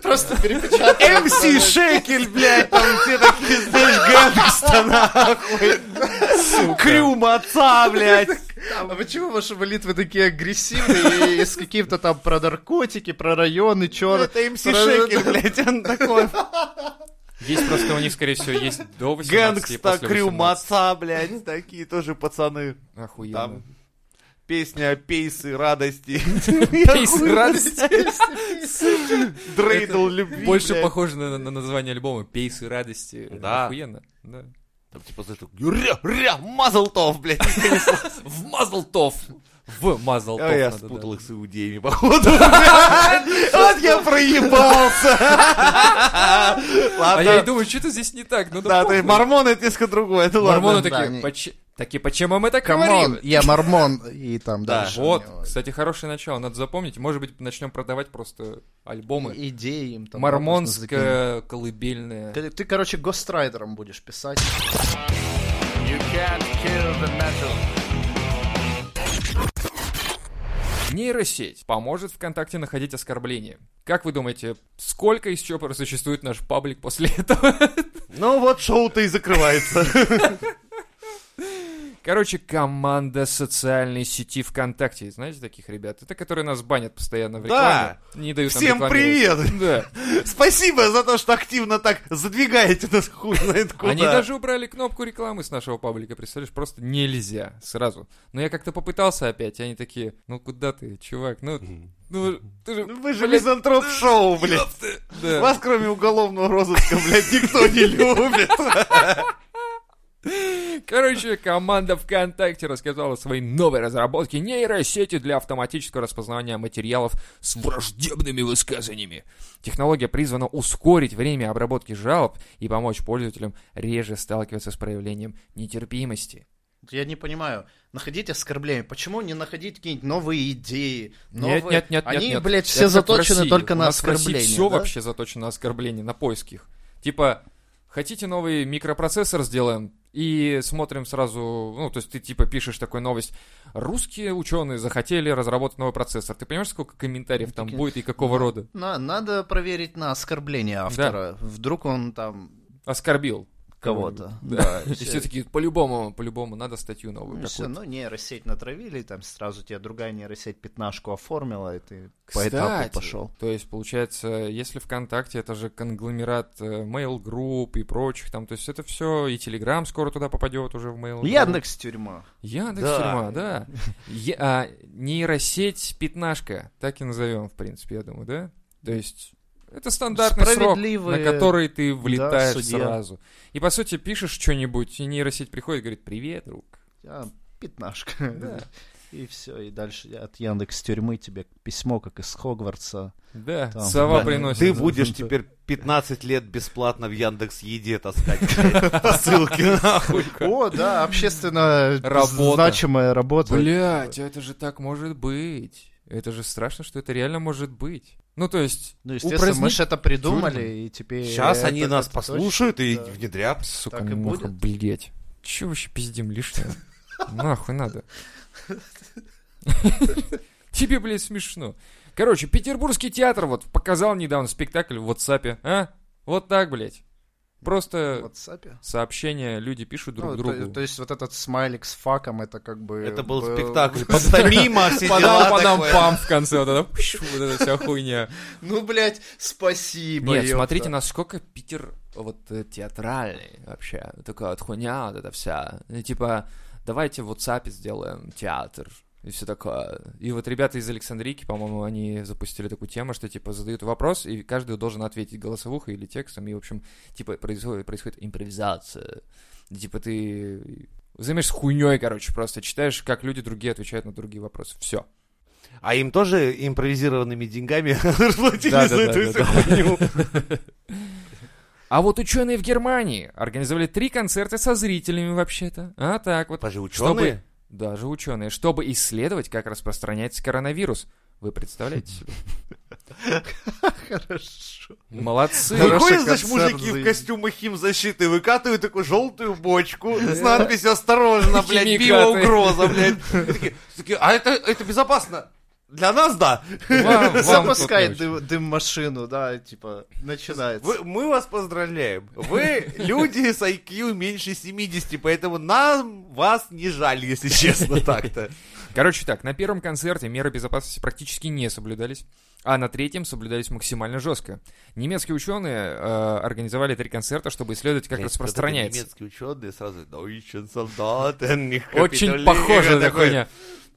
Speaker 3: Просто перепечатать.
Speaker 2: MC Шекель, блядь, там все такие, знаешь, гангста, нахуй. Крю маца, блядь.
Speaker 3: А почему ваши молитвы такие агрессивные и с каким-то там про наркотики, про районы,
Speaker 2: Ну,
Speaker 3: чё?
Speaker 2: Это МС Шекель, блядь, он такой
Speaker 4: Есть просто у них, скорее всего, есть до 18 и
Speaker 2: гэнгста,
Speaker 4: после
Speaker 2: крю
Speaker 4: 18.
Speaker 2: маца, блядь, такие тоже пацаны.
Speaker 4: Охуенно.
Speaker 2: Там песня «Пейсы радости».
Speaker 4: Пейсы
Speaker 2: радости. Дрейдл любви,
Speaker 4: Больше
Speaker 2: блядь.
Speaker 4: похоже на, на название альбома «Пейсы радости».
Speaker 2: Да.
Speaker 4: Охуенно. Да.
Speaker 2: Там типа, знаешь, так, ря, ря, мазлтов, блядь.
Speaker 4: В Мазлтов! В Мазлтов.
Speaker 2: А я
Speaker 4: надо, да.
Speaker 2: спутал их с иудеями, походу. Вот я проебался.
Speaker 4: А я и
Speaker 2: Ладно.
Speaker 4: думаю, что-то здесь не так. Ну
Speaker 2: Да,
Speaker 4: да,
Speaker 2: ты
Speaker 4: похуй.
Speaker 2: мормоны это несколько другое, ну
Speaker 4: Мормоны
Speaker 2: ладно.
Speaker 3: да,
Speaker 4: такие,
Speaker 3: они-
Speaker 4: «Поч- таки, почему мы так
Speaker 3: Камон,
Speaker 4: говорим?
Speaker 3: я мормон, и там
Speaker 2: Да.
Speaker 3: дальше.
Speaker 4: Вот,
Speaker 3: у него
Speaker 4: кстати, хорошее начало, надо запомнить. Может быть, начнем продавать просто альбомы.
Speaker 3: Идеи им там. можно
Speaker 4: Мормонская колыбельная.
Speaker 3: закинуть. э, Ты, короче, гострайдером будешь писать.
Speaker 4: Нейросеть поможет ВКонтакте находить оскорбления. Как вы думаете, сколько из чего существует наш паблик после этого?
Speaker 2: Ну вот шоу-то и закрывается.
Speaker 4: Короче, команда социальной сети ВКонтакте. Знаете таких ребят? Это которые нас банят постоянно в рекламе.
Speaker 2: Да.
Speaker 4: Не дают нам
Speaker 2: Всем
Speaker 4: рекламироваться.
Speaker 2: привет.
Speaker 4: Да.
Speaker 2: Спасибо за то, что активно так задвигаете нас хуй знает куда.
Speaker 4: Они даже убрали кнопку рекламы с нашего паблика, представляешь, просто нельзя сразу. Но я как-то попытался опять, и они такие, ну куда ты, чувак, ну, ну ты же,
Speaker 2: Вы же
Speaker 4: блядь,
Speaker 2: мизантроп шоу, блядь.
Speaker 4: да».
Speaker 2: Вас, кроме уголовного розыска, блядь, никто не любит.
Speaker 4: Короче, команда ВКонтакте рассказала о своей новой разработке нейросети для автоматического распознавания материалов с враждебными высказаниями. Технология призвана ускорить время обработки жалоб и помочь пользователям реже сталкиваться с проявлением нетерпимости.
Speaker 3: Я не понимаю. Находить оскорбления. Почему не находить какие-нибудь новые идеи?
Speaker 4: Нет,
Speaker 3: новые-
Speaker 4: нет, нет, нет,
Speaker 3: Они,
Speaker 4: нет.
Speaker 3: блядь,
Speaker 4: Это
Speaker 3: все
Speaker 4: как в
Speaker 3: заточены
Speaker 4: России.
Speaker 3: только
Speaker 4: У
Speaker 3: на
Speaker 4: нас в России
Speaker 3: оскорбления.
Speaker 4: Все
Speaker 3: да?
Speaker 4: вообще заточено на оскорбление, на поиск их. Типа, хотите новый микропроцессор сделаем? И смотрим сразу, ну, то есть ты типа пишешь такую новость. Русские ученые захотели разработать новый процессор. Ты понимаешь, сколько комментариев там
Speaker 3: Ну, Такие,
Speaker 4: будет и какого рода?
Speaker 3: На- надо проверить на оскорбление автора. Вдруг он там
Speaker 4: Оскорбил.
Speaker 3: кого-то.
Speaker 4: Да. И
Speaker 3: всё.
Speaker 4: все такие, по-любому, по-любому, надо статью новую.
Speaker 3: Ну,
Speaker 4: какую-то».
Speaker 3: все, ну, нейросеть натравили, там сразу тебе другая нейросеть пятнашку оформила, и ты
Speaker 4: Кстати,
Speaker 3: по этапу пошел.
Speaker 4: То есть, получается, если ВКонтакте, это же конгломерат э, Mail Group и прочих там, то есть это все, и Telegram скоро туда попадет уже в Mail Group.
Speaker 3: Яндекс тюрьма.
Speaker 4: Яндекс
Speaker 2: Да.
Speaker 4: тюрьма, да. Е- а, нейросеть пятнашка, так и назовем, в принципе, я думаю, да? То есть это стандартный срок, на
Speaker 3: Справедливые,
Speaker 4: который ты влетаешь
Speaker 3: судья.
Speaker 4: сразу. И, по сути, пишешь что-нибудь, и нейросеть приходит и говорит, привет, друг.
Speaker 3: А, пятнашка. И все, и дальше от Яндекс тюрьмы тебе письмо, как из Хогвартса.
Speaker 4: Да,
Speaker 3: Там,
Speaker 4: сова
Speaker 3: да.
Speaker 4: приносит.
Speaker 2: Ты будешь теперь 15 лет бесплатно в Яндекс Еде таскать блядь, по ссылке нахуй.
Speaker 3: О, да, общественно
Speaker 4: Работа.
Speaker 3: значимая работа.
Speaker 4: Блять, это же так может быть. Это же страшно, что это реально может быть. Ну, то есть,
Speaker 3: Ну, естественно, мы
Speaker 4: упразднить-
Speaker 3: же это придумали, и теперь...
Speaker 2: Сейчас
Speaker 3: это-
Speaker 2: они
Speaker 3: это
Speaker 2: нас
Speaker 3: точно.
Speaker 2: послушают и
Speaker 3: да.
Speaker 2: внедрят.
Speaker 4: Сука,
Speaker 3: Так и
Speaker 4: муха,
Speaker 3: будет.
Speaker 4: блять. Че вообще пиздим лишнее? Нахуй надо. Тебе, блядь, смешно. Короче, Петербургский театр вот показал недавно спектакль в WhatsApp, а? Вот так, блядь.
Speaker 3: В
Speaker 4: Просто
Speaker 3: WhatsApp?
Speaker 4: сообщения люди пишут друг
Speaker 3: Ну,
Speaker 4: другу.
Speaker 3: То, то есть вот этот смайлик с факом, это как бы...
Speaker 2: Это был
Speaker 3: был-
Speaker 2: спектакль. Пантомима, все дела
Speaker 4: Подал по нам
Speaker 2: такое.
Speaker 4: пам в конце, вот это, пш, вот эта вся хуйня.
Speaker 3: Ну, блядь, спасибо.
Speaker 4: Нет,
Speaker 3: ёпта.
Speaker 4: смотрите, насколько Питер вот э, театральный вообще. Такая вот хуйня вот эта вся. Ну, типа, давайте в WhatsApp сделаем театр и все такое. И вот ребята из Александрики, по-моему, они запустили такую тему, что, типа, задают вопрос, и каждый должен ответить голосовухой или текстом, и, в общем, типа, происходит, происходит импровизация. И, Типа, ты занимаешься хуйней, короче, просто читаешь, как люди другие отвечают на другие вопросы. Все.
Speaker 2: А им тоже импровизированными деньгами расплатили
Speaker 4: Да, да,
Speaker 2: за
Speaker 4: да,
Speaker 2: эту всю
Speaker 4: да, да.
Speaker 2: хуйню.
Speaker 4: А вот ученые в Германии организовали три концерта со зрителями вообще-то. А так вот.
Speaker 2: Пожи
Speaker 4: Чтобы,
Speaker 2: ученые.
Speaker 4: даже ученые, чтобы исследовать, как распространяется коронавирус. Вы представляете? себе?
Speaker 3: Хорошо.
Speaker 4: Молодцы.
Speaker 3: Хороший
Speaker 2: Выходят, значит,
Speaker 3: концерт
Speaker 2: мужики в
Speaker 3: заебись.
Speaker 2: костюмах химзащиты выкатывают такую желтую бочку с надписью «Осторожно, блядь,
Speaker 4: Химикаты».
Speaker 2: биоугроза, блядь». И такие- такие, А это это безопасно. Для нас, да.
Speaker 4: Вам- вам
Speaker 3: Запускает
Speaker 4: тут не очень.
Speaker 3: дым, машину, да, и, типа, начинается.
Speaker 2: Вы- мы вас поздравляем. Вы люди с IQ меньше 70, поэтому нам вас не жаль, если честно так-то.
Speaker 4: Короче так, на первом концерте меры безопасности практически не соблюдались, а на третьем соблюдались максимально жестко. Немецкие ученые э, организовали три концерта, чтобы исследовать, как
Speaker 2: Блядь,
Speaker 4: распространяется.
Speaker 2: когда ты Немецкие ученые сразу «Deutschen Soldaten, nicht
Speaker 4: Очень
Speaker 2: Kapitalisten».
Speaker 4: похоже на
Speaker 2: Такой-
Speaker 4: хуйня.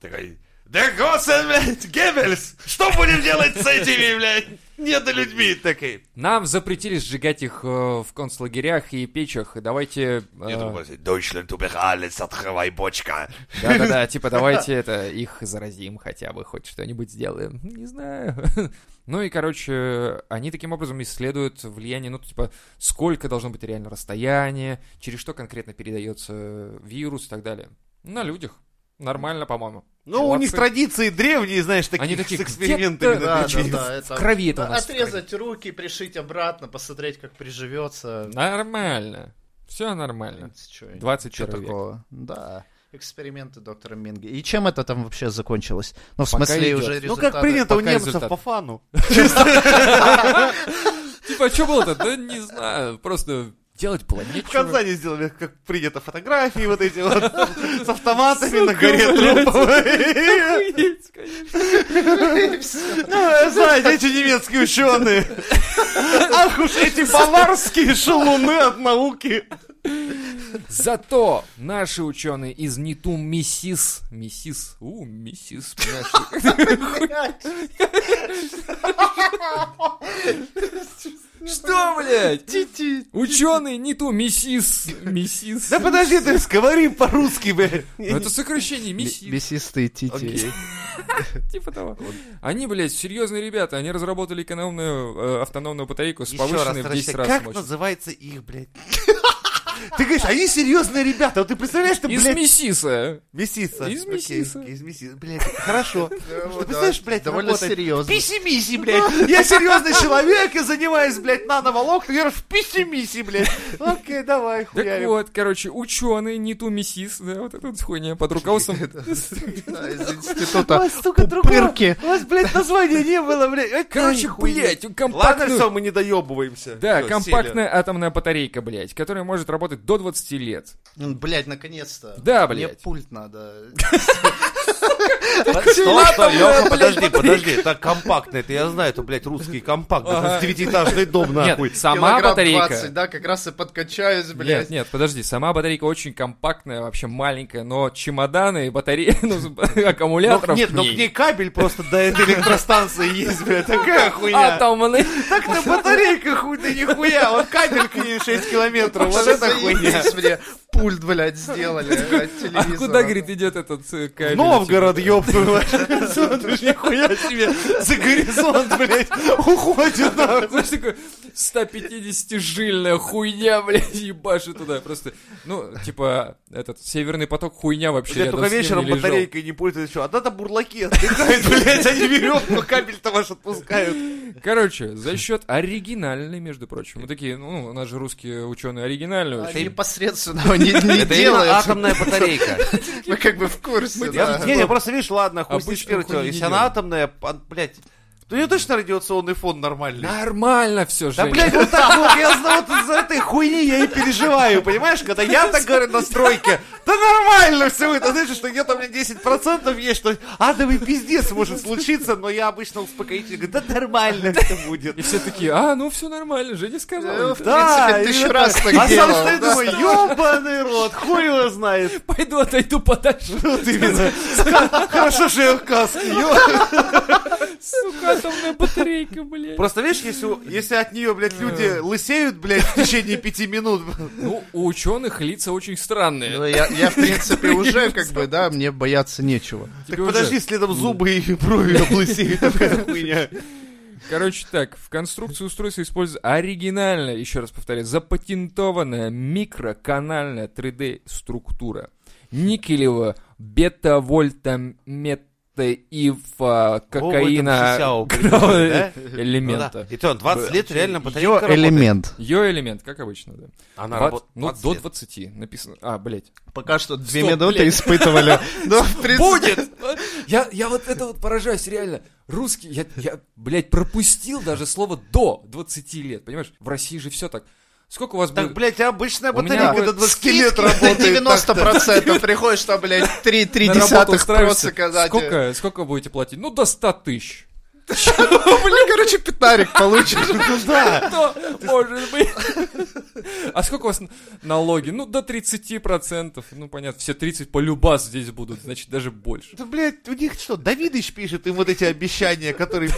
Speaker 2: такой, Да Госен, блядь, Геббельс! Что будем делать с этими, блядь, недолюдьми? Такой,
Speaker 4: Нам запретили сжигать их э, в концлагерях и печах. и Давайте... э,
Speaker 2: Нет, Вася, Deutschland über alles, открывай бочка.
Speaker 4: Да-да-да, типа давайте это их заразим хотя бы, хоть что-нибудь сделаем. Не знаю. Ну и, короче, они таким образом исследуют влияние, ну, типа, сколько должно быть реально расстояние, через что конкретно передается вирус и так далее. На людях. Нормально, по-моему.
Speaker 2: Ну, у них
Speaker 4: Молодцы.
Speaker 2: традиции древние, знаешь, такие,
Speaker 4: Они такие,
Speaker 2: с экспериментами. на
Speaker 4: где-то-
Speaker 2: Ну,
Speaker 3: да, да,
Speaker 2: ключи.
Speaker 3: да, это...
Speaker 4: В крови это у
Speaker 3: Да,
Speaker 4: нас в крови.
Speaker 3: отрезать руки, пришить обратно, посмотреть, как приживется.
Speaker 4: Нормально. Все нормально.
Speaker 3: Чё,
Speaker 4: 21
Speaker 3: чё
Speaker 4: век.
Speaker 3: такого? Да. эксперименты доктора Минга. И чем это там вообще закончилось? Ну, в
Speaker 4: Пока
Speaker 3: смысле,
Speaker 4: идет.
Speaker 3: уже
Speaker 4: Ну,
Speaker 2: Ну,
Speaker 3: результаты...
Speaker 2: как принято у
Speaker 4: пока
Speaker 2: немцев
Speaker 4: результат.
Speaker 2: по фану.
Speaker 4: Типа, а что было-то? Да не знаю, просто делать было
Speaker 2: В
Speaker 4: нечего.
Speaker 2: Казани сделали, как принято, фотографии вот эти вот с автоматами на горе трупов.
Speaker 4: Охуеть, конечно.
Speaker 2: Ну, знаете, эти немецкие ученые. Ах уж эти баварские шалуны от науки.
Speaker 4: Зато наши ученые из НИТУ МИСИС... МИСИС... У, МИСИС, понимаешь? Что, блядь? Ученые НИТУ МИСИС... МИСИС...
Speaker 2: Да подожди ты, говори по-русски, блядь.
Speaker 4: Ну, это сокращение МИСИС.
Speaker 3: Бесистые тити.
Speaker 4: Типа того. Они, блядь, серьезные ребята. Они разработали экономную э, автономную батарейку с
Speaker 2: Ещё
Speaker 4: повышенной в 10
Speaker 2: раз
Speaker 4: раз
Speaker 2: как
Speaker 4: мощностью.
Speaker 2: называется их, блядь? Ты говоришь, они серьезные ребята, вот ты представляешь, ты,
Speaker 4: Из
Speaker 2: блядь,
Speaker 4: Миссиса.
Speaker 2: Месиса.
Speaker 4: из
Speaker 2: Окей,
Speaker 4: Месиса.
Speaker 2: Из Месиса, блядь, хорошо. Ты представляешь, блядь,
Speaker 3: довольно
Speaker 2: работать?
Speaker 3: серьезно.
Speaker 2: Писи-миси, блядь. Я серьезный человек и занимаюсь, блядь, нановолокной. Я в писи-миси, блядь. Окей, давай,
Speaker 4: Так
Speaker 2: хуярим.
Speaker 4: вот, короче, ученый, не ту миссис, да, вот эта вот хуйня под руководством.
Speaker 3: Да, Из
Speaker 2: У
Speaker 3: института
Speaker 2: вас, сука, другого.
Speaker 3: пупырки.
Speaker 2: У вас, блядь, названия не было, блядь. Ой,
Speaker 4: Э, Короче,
Speaker 2: хуйня.
Speaker 4: блядь,
Speaker 2: Ладно, все,
Speaker 4: компактную...
Speaker 2: мы не доебываемся.
Speaker 4: Да,
Speaker 2: Всё, сели.
Speaker 4: компактная атомная батарейка, блядь, которая может работать до 20 лет.
Speaker 3: М, Блядь, наконец-то.
Speaker 4: Да,
Speaker 3: Мне
Speaker 4: блядь.
Speaker 3: пульт надо.
Speaker 2: Что, что, Лёха, подожди, подожди. Так компактно, это я знаю, это, блядь, русский компакт. Это девятиэтажный дом, нахуй.
Speaker 4: Нет, сама
Speaker 3: Килограмм
Speaker 4: батарейка...
Speaker 3: 20, да, как раз и подкачаюсь, блядь.
Speaker 4: Нет, нет, подожди, сама батарейка очень компактная, вообще маленькая, но чемоданы и батареи, ну,
Speaker 2: Ну,
Speaker 4: аккумуляторов
Speaker 2: Нет,
Speaker 4: в
Speaker 2: ну к
Speaker 4: ней
Speaker 2: ней кабель просто до этой электростанции есть, блядь,
Speaker 4: А,
Speaker 2: такая хуйня.
Speaker 4: атомные.
Speaker 2: Так-то батарейка хуй ты нихуя, вот кабель к ней 6 километров, вот
Speaker 3: Что
Speaker 2: это
Speaker 3: за
Speaker 2: хуйня.
Speaker 3: ебись мне пульт, блядь, сделали от
Speaker 4: А
Speaker 3: телевизора.
Speaker 4: куда, говорит, идет этот э, кабель?
Speaker 2: Новгород, ёб твою мать. Ты ж нихуя себе за горизонт, блядь, уходит нахуй.
Speaker 4: Знаешь, такое 150-жильная хуйня, блядь, ебашит туда. Просто, ну, типа, этот, северный поток хуйня вообще
Speaker 2: Я
Speaker 4: рядом
Speaker 2: только
Speaker 4: с ним
Speaker 2: вечером
Speaker 4: не лежал.
Speaker 2: батарейкой не пользуюсь, еще. А да-то бурлаки отдыхают, блядь, они веревку, кабель-то ваш отпускают.
Speaker 4: Короче, за счет оригинальной, между прочим. Мы такие, ну, у нас же русские ученые оригинальные
Speaker 3: А
Speaker 4: очень.
Speaker 3: Непосредственного не, не делают.
Speaker 2: батарейка.
Speaker 3: Мы как бы в курсе,
Speaker 2: Я,
Speaker 3: да.
Speaker 2: не, я просто, видишь, ладно, хуй с ним
Speaker 4: Обычно
Speaker 2: теперь,
Speaker 4: хуйни не
Speaker 2: если
Speaker 4: делаем.
Speaker 2: она атомная, а, блядь, то у нее точно радиационный фон нормальный.
Speaker 4: Нормально все,
Speaker 2: Да,
Speaker 4: Женя.
Speaker 2: блядь, вот так вот, я знаю, вот из-за этой хуйни я и переживаю, понимаешь, когда я так говорю на стройке, да нормально все это, знаешь, что где-то у меня 10% есть, что адовый пиздец может случиться, но я обычно успокоительно говорю, да нормально все будет.
Speaker 4: И все такие, а, ну все нормально, Женя сказал.
Speaker 3: Ну, в принципе, тысячу
Speaker 2: именно
Speaker 3: раз
Speaker 2: так.
Speaker 3: так
Speaker 2: А сам
Speaker 3: делал,
Speaker 2: стою,
Speaker 3: да.
Speaker 2: думаю, ёбаный рот, хуй его знает.
Speaker 4: Пойду отойду подальше.
Speaker 2: Вот именно. Хорошо, что я в каске, ё-
Speaker 4: Сука, атомная батарейка, блядь.
Speaker 2: Просто, видишь, если, у- если от нее, блядь, люди лысеют, блядь, в течение пяти минут.
Speaker 4: Ну, у ученых лица очень
Speaker 3: Ну,
Speaker 4: странные.
Speaker 3: я, я, в принципе, уже как бы, да, мне бояться нечего.
Speaker 2: Так
Speaker 4: Тебе уже-
Speaker 2: подожди, следом зубы и брови облысеют. такая хуйня.
Speaker 4: Короче так, в конструкции устройства используется оригинальная, еще раз повторяю, запатентованная микроканальная 3D-структура. Никелево бета-вольтаметаифа кокаина
Speaker 2: Оводом сисяо, блин, Ну да?
Speaker 4: элемента.
Speaker 2: И то, 20 лет реально
Speaker 3: Её
Speaker 2: батарейка работает.
Speaker 3: элемент.
Speaker 4: Ее элемент, как обычно, да.
Speaker 2: Она
Speaker 4: Двад-
Speaker 2: работает
Speaker 4: ну,
Speaker 2: 20
Speaker 4: до
Speaker 2: лет.
Speaker 4: 20 написано. А, блядь.
Speaker 3: Пока что две
Speaker 4: Стоп,
Speaker 3: минуты
Speaker 4: блядь.
Speaker 3: испытывали. Ну, в принципе,
Speaker 4: Будет! Я, я вот это вот поражаюсь, реально. Русский, я, я, блядь, пропустил даже слово до 20 лет, понимаешь? В России же все так. Сколько у вас
Speaker 2: Так,
Speaker 4: будет?
Speaker 2: блядь, обычная
Speaker 4: У меня
Speaker 2: батарейка
Speaker 4: будет
Speaker 2: до 20 лет
Speaker 3: на
Speaker 2: работает.
Speaker 3: 90% приходишь, там, блядь, 3, три
Speaker 4: на работу
Speaker 3: десятых
Speaker 4: устраиваешься,
Speaker 3: процента, да, тебе-
Speaker 4: Сколько, сколько будете платить? Ну, до 100 тысяч.
Speaker 3: Блин, короче, пятарик получишь.
Speaker 2: Ну да.
Speaker 4: То, может быть. А сколько у вас н- налоги? Ну, до 30%. Ну, понятно, все 30 полюбас здесь будут, значит, даже больше.
Speaker 2: Да, блядь, у них что, Давидыч пишет им вот эти обещания, которые...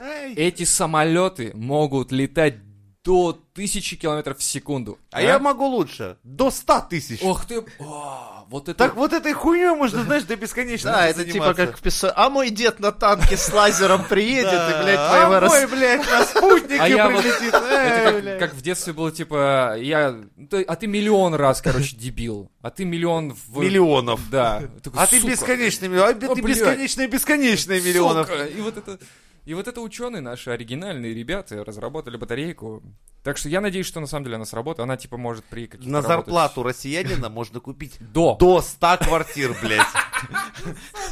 Speaker 2: Ай.
Speaker 4: Эти самолеты могут летать до тысячи километров в секунду.
Speaker 2: А я могу лучше. До 100 тысяч.
Speaker 4: Ох ты... а, Вот это...
Speaker 2: Так вот этой хуйней можно, знаешь, до бесконечности
Speaker 3: Да, это типа как в песо... А мой дед на танке с лазером приедет, и, блядь, твоего
Speaker 2: а
Speaker 3: рас...
Speaker 2: мой, блядь, на спутнике
Speaker 4: А я вот-
Speaker 2: прилетит.
Speaker 4: Это
Speaker 2: Эй,
Speaker 4: как-
Speaker 2: блядь.
Speaker 4: как, в детстве было, типа, я... ты- А ты миллион раз, короче, дебил. А ты миллион в...
Speaker 2: Миллионов.
Speaker 4: Да. Такой,
Speaker 2: А ты
Speaker 4: «Сука».
Speaker 2: бесконечный миллион. А
Speaker 4: О,
Speaker 2: ты
Speaker 4: блядь.
Speaker 2: бесконечные, бесконечные миллионов.
Speaker 4: Сука! И вот это... И вот это ученые наши оригинальные ребята разработали батарейку Так что я надеюсь, что на самом деле она сработает. Она типа может при каких-то
Speaker 2: На
Speaker 4: работать.
Speaker 2: зарплату россиянина можно купить
Speaker 4: До.
Speaker 2: до 100 квартир, блядь.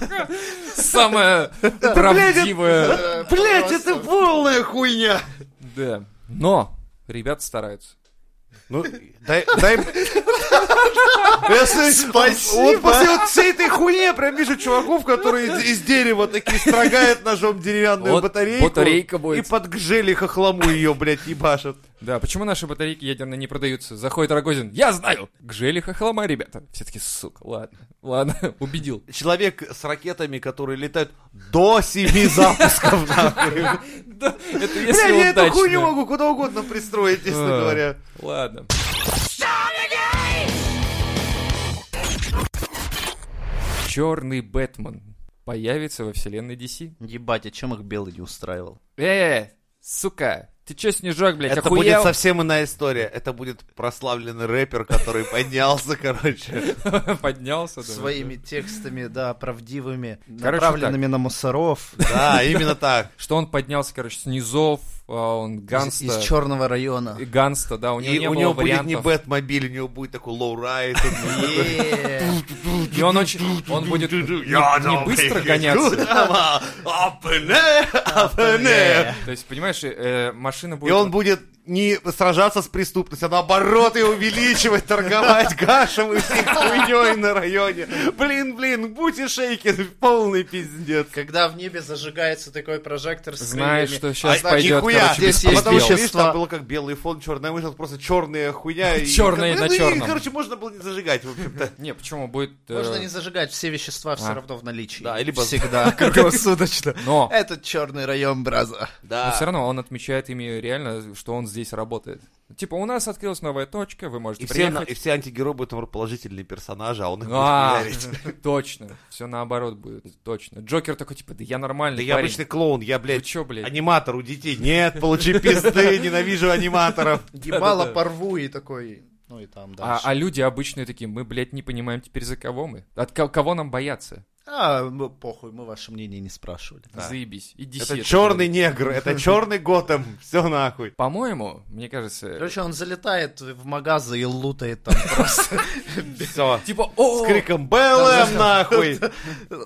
Speaker 4: Самое правдивое.
Speaker 2: Блядь, это полная хуйня.
Speaker 4: Да. Но ребята стараются.
Speaker 2: Ну, дай... дай...
Speaker 3: Спасибо.
Speaker 2: Вот после вот всей этой хуйни я прям вижу чуваков, которые из, из дерева такие строгают ножом деревянную
Speaker 4: Вот
Speaker 2: батарейку.
Speaker 4: батарейка будет.
Speaker 2: И под гжели хохлому ее, блядь, ебашат.
Speaker 4: Да, почему наши батарейки ядерные не продаются? Заходит Рогозин. Я знаю! Гжели хохлома, ребята. Все таки, сука, ладно. Ладно, убедил.
Speaker 2: Человек с ракетами, которые летают до семи запусков, нахуй.
Speaker 4: Да, это
Speaker 2: Бля,
Speaker 4: если
Speaker 2: я эту хуйню
Speaker 4: удачно.
Speaker 2: могу куда угодно пристроить, честно
Speaker 4: А.
Speaker 2: говоря.
Speaker 4: Ладно. Черный Бэтмен появится во вселенной DC.
Speaker 3: Ебать, а чем их белый не устраивал?
Speaker 4: Э, сука, ты чё, Снежок, блядь,
Speaker 2: Это
Speaker 4: охуел?
Speaker 2: будет совсем иная история. Это будет прославленный рэпер, который поднялся, короче.
Speaker 4: Поднялся. думаю.
Speaker 3: Своими текстами, да, правдивыми,
Speaker 4: направленными
Speaker 3: направленными на мусоров.
Speaker 2: Да, именно так.
Speaker 4: Что он поднялся, короче, с низов, а, он
Speaker 3: Из,
Speaker 4: ганста.
Speaker 3: черного района.
Speaker 4: и Ганста, да, у него
Speaker 2: И
Speaker 4: не
Speaker 2: у
Speaker 4: было
Speaker 2: него будет
Speaker 4: вариантов.
Speaker 2: не Бэтмобиль, у него будет такой лоурайд.
Speaker 4: И он очень, он будет не, не быстро гоняться. То есть, понимаешь, э, машина
Speaker 2: И
Speaker 4: будет...
Speaker 2: он будет не сражаться с преступностью, а наоборот ее увеличивать, торговать гашем и всей хуйней на районе. Блин, блин, Бути Шейкин, полный пиздец.
Speaker 3: Когда в небе зажигается такой прожектор с
Speaker 4: Знаешь, что
Speaker 3: крыльями.
Speaker 4: сейчас
Speaker 2: А,
Speaker 4: пойдет,
Speaker 2: нихуя,
Speaker 4: короче,
Speaker 2: А
Speaker 3: здесь есть
Speaker 4: беспредел.
Speaker 2: потому что, видишь,
Speaker 3: вещество.
Speaker 2: там было как белый фон, черная вышла, просто черная хуйня. и-
Speaker 4: Черное
Speaker 2: Ну,
Speaker 4: на
Speaker 2: и,
Speaker 4: черном.
Speaker 2: Короче, можно было не зажигать, в общем-то.
Speaker 4: Не, почему будет... э,
Speaker 3: Можно не зажигать, все вещества все
Speaker 4: а.
Speaker 3: равно в наличии.
Speaker 2: Да, либо-
Speaker 3: Всегда, круглосуточно.
Speaker 4: Но,
Speaker 3: Этот черный район, браза.
Speaker 4: но
Speaker 2: Да.
Speaker 4: все равно он отмечает ими реально, что он здесь работает. Типа, у нас открылась новая точка, вы можете
Speaker 2: И все, на-
Speaker 4: приехать.
Speaker 2: и все антигерои будут наоборот, положительные персонажи, а он их будет
Speaker 4: А,
Speaker 2: хуярить.
Speaker 4: точно. Все наоборот будет, точно. Джокер такой, типа, да я нормальный
Speaker 2: Да я
Speaker 4: парень.
Speaker 2: обычный клоун, я,
Speaker 4: Вы
Speaker 2: блядь,
Speaker 4: чё, блядь?
Speaker 2: аниматор у детей. Нет, получи пизды, ненавижу аниматоров.
Speaker 3: Ебало порву и такой... Ну и там
Speaker 4: А,
Speaker 3: дальше.
Speaker 4: а люди обычные такие, мы, блядь, не понимаем теперь за кого мы. От ко- кого нам бояться?
Speaker 3: А, ну, похуй, мы ваше мнение не спрашивали.
Speaker 4: Заебись. Иди
Speaker 2: Это черный негр, это черный Готэм, все нахуй.
Speaker 4: По-моему, мне кажется...
Speaker 3: Короче, он залетает в магазы и лутает там просто.
Speaker 2: Все.
Speaker 4: Типа, о,
Speaker 2: С криком БЛМ нахуй.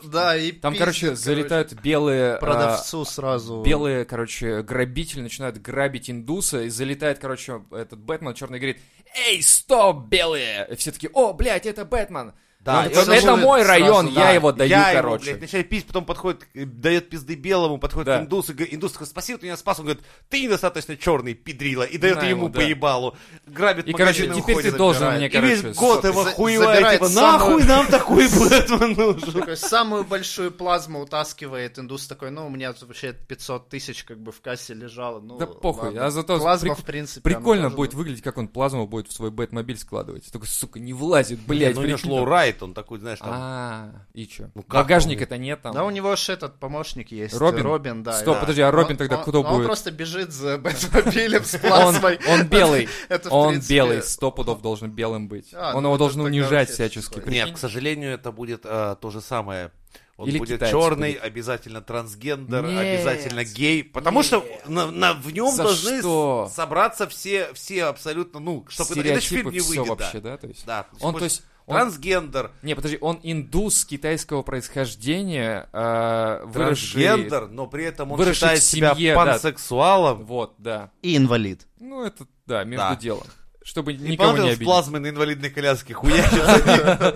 Speaker 3: Да, и
Speaker 4: Там,
Speaker 3: пиздит,
Speaker 4: короче, залетают белые... а,
Speaker 3: Продавцу сразу.
Speaker 4: Э, Белые, короче, грабители начинают грабить индуса, и залетает, короче, этот Бэтмен черный говорит, «Эй, стоп, белые!» И все такие, «О, блядь, это Бэтмен!»
Speaker 2: Да,
Speaker 4: И он
Speaker 2: и
Speaker 4: такой,
Speaker 2: он
Speaker 4: это
Speaker 3: целует
Speaker 4: мой
Speaker 3: сразу,
Speaker 4: район,
Speaker 3: да.
Speaker 4: я его даю,
Speaker 2: я ему,
Speaker 4: короче.
Speaker 2: блядь, начинает пить, потом подходит, э, дает пизды белому, подходит
Speaker 4: Да.
Speaker 2: к индусу, и говорит- индус такой, спасибо, ты меня спас. Он говорит, ты недостаточно черный, пидрила, и дает
Speaker 4: На
Speaker 2: ему
Speaker 4: ему, да.
Speaker 2: поебалу. Грабит
Speaker 4: и,
Speaker 2: магазин
Speaker 4: короче,
Speaker 2: и
Speaker 4: теперь
Speaker 2: уходит.
Speaker 4: ты должен
Speaker 3: забирает.
Speaker 4: мне,
Speaker 2: И
Speaker 4: короче...
Speaker 2: весь год
Speaker 4: со-
Speaker 2: его
Speaker 3: за-
Speaker 2: хуевает,
Speaker 3: забирает
Speaker 2: типа,
Speaker 3: самую-
Speaker 2: нахуй нам такой Бэтмен нужен.
Speaker 3: Такой, самую большую плазму утаскивает, индус такой, ну, у меня тут вообще 500 тысяч как бы в кассе лежало, ну,
Speaker 4: Да похуй,
Speaker 3: ладно.
Speaker 4: а зато
Speaker 3: Плазма,
Speaker 4: прик-
Speaker 3: в принципе,
Speaker 4: Прикольно
Speaker 3: она
Speaker 4: будет
Speaker 3: тоже-
Speaker 4: выглядеть, как он плазму будет в свой Бэтмобиль складывать. Такой, сука, не влазит, блядь.
Speaker 2: Ну, у него
Speaker 4: прикинь,
Speaker 2: шло
Speaker 4: там.
Speaker 2: райт, он такой, знаешь, там...
Speaker 4: А, и чё?
Speaker 2: Ну, как
Speaker 4: Багажника-то нет там.
Speaker 3: Да, у него же этот помощник есть.
Speaker 4: Робин?
Speaker 3: Робин, да.
Speaker 4: Стоп,
Speaker 3: да. Ну,
Speaker 4: подожди, а Робин
Speaker 3: Он-
Speaker 4: тогда
Speaker 3: он-
Speaker 4: кто
Speaker 3: Он
Speaker 4: будет?
Speaker 3: просто бежит за Бэтмобилем с
Speaker 4: Он,
Speaker 3: плазмой.
Speaker 4: он белый.
Speaker 3: Это, в
Speaker 4: он
Speaker 3: принципе,
Speaker 4: белый, сто пудов должен белым быть.
Speaker 3: А,
Speaker 4: он
Speaker 3: ну
Speaker 4: его
Speaker 3: это
Speaker 4: должен
Speaker 3: тогда
Speaker 4: унижать
Speaker 3: вообще
Speaker 4: всячески.
Speaker 3: такое.
Speaker 4: Прикинь?
Speaker 2: Нет, к сожалению, это будет э, то же самое. Он
Speaker 4: Или
Speaker 2: будет
Speaker 4: китаец
Speaker 2: черный,
Speaker 4: будет.
Speaker 2: обязательно трансгендер,
Speaker 4: Нет.
Speaker 2: обязательно гей. Потому что на, на- в нем
Speaker 4: За
Speaker 2: должны
Speaker 4: что?
Speaker 2: с- собраться все, все абсолютно, ну, чтобы это- иначе
Speaker 4: Стереотипы
Speaker 2: фильм не
Speaker 4: всё
Speaker 2: выйдет.
Speaker 4: вообще,
Speaker 2: да.
Speaker 4: да? То есть,
Speaker 2: Да, то есть
Speaker 4: он,
Speaker 2: мы
Speaker 4: то
Speaker 2: ж-
Speaker 4: есть, он-
Speaker 2: Трансгендер,
Speaker 4: Не, подожди, он индус китайского происхождения, э, выросший-
Speaker 2: трансгендер, но при этом он
Speaker 4: выросший
Speaker 2: считает
Speaker 4: в
Speaker 2: себя
Speaker 4: семье, да.
Speaker 2: пансексуалом.
Speaker 4: Вот, да.
Speaker 3: И инвалид.
Speaker 4: Ну, это, да, между
Speaker 2: Да.
Speaker 4: делом. Чтобы
Speaker 2: И
Speaker 4: никого не
Speaker 2: падает с
Speaker 4: обидеть.
Speaker 2: плазмой на инвалидной коляске хуячится.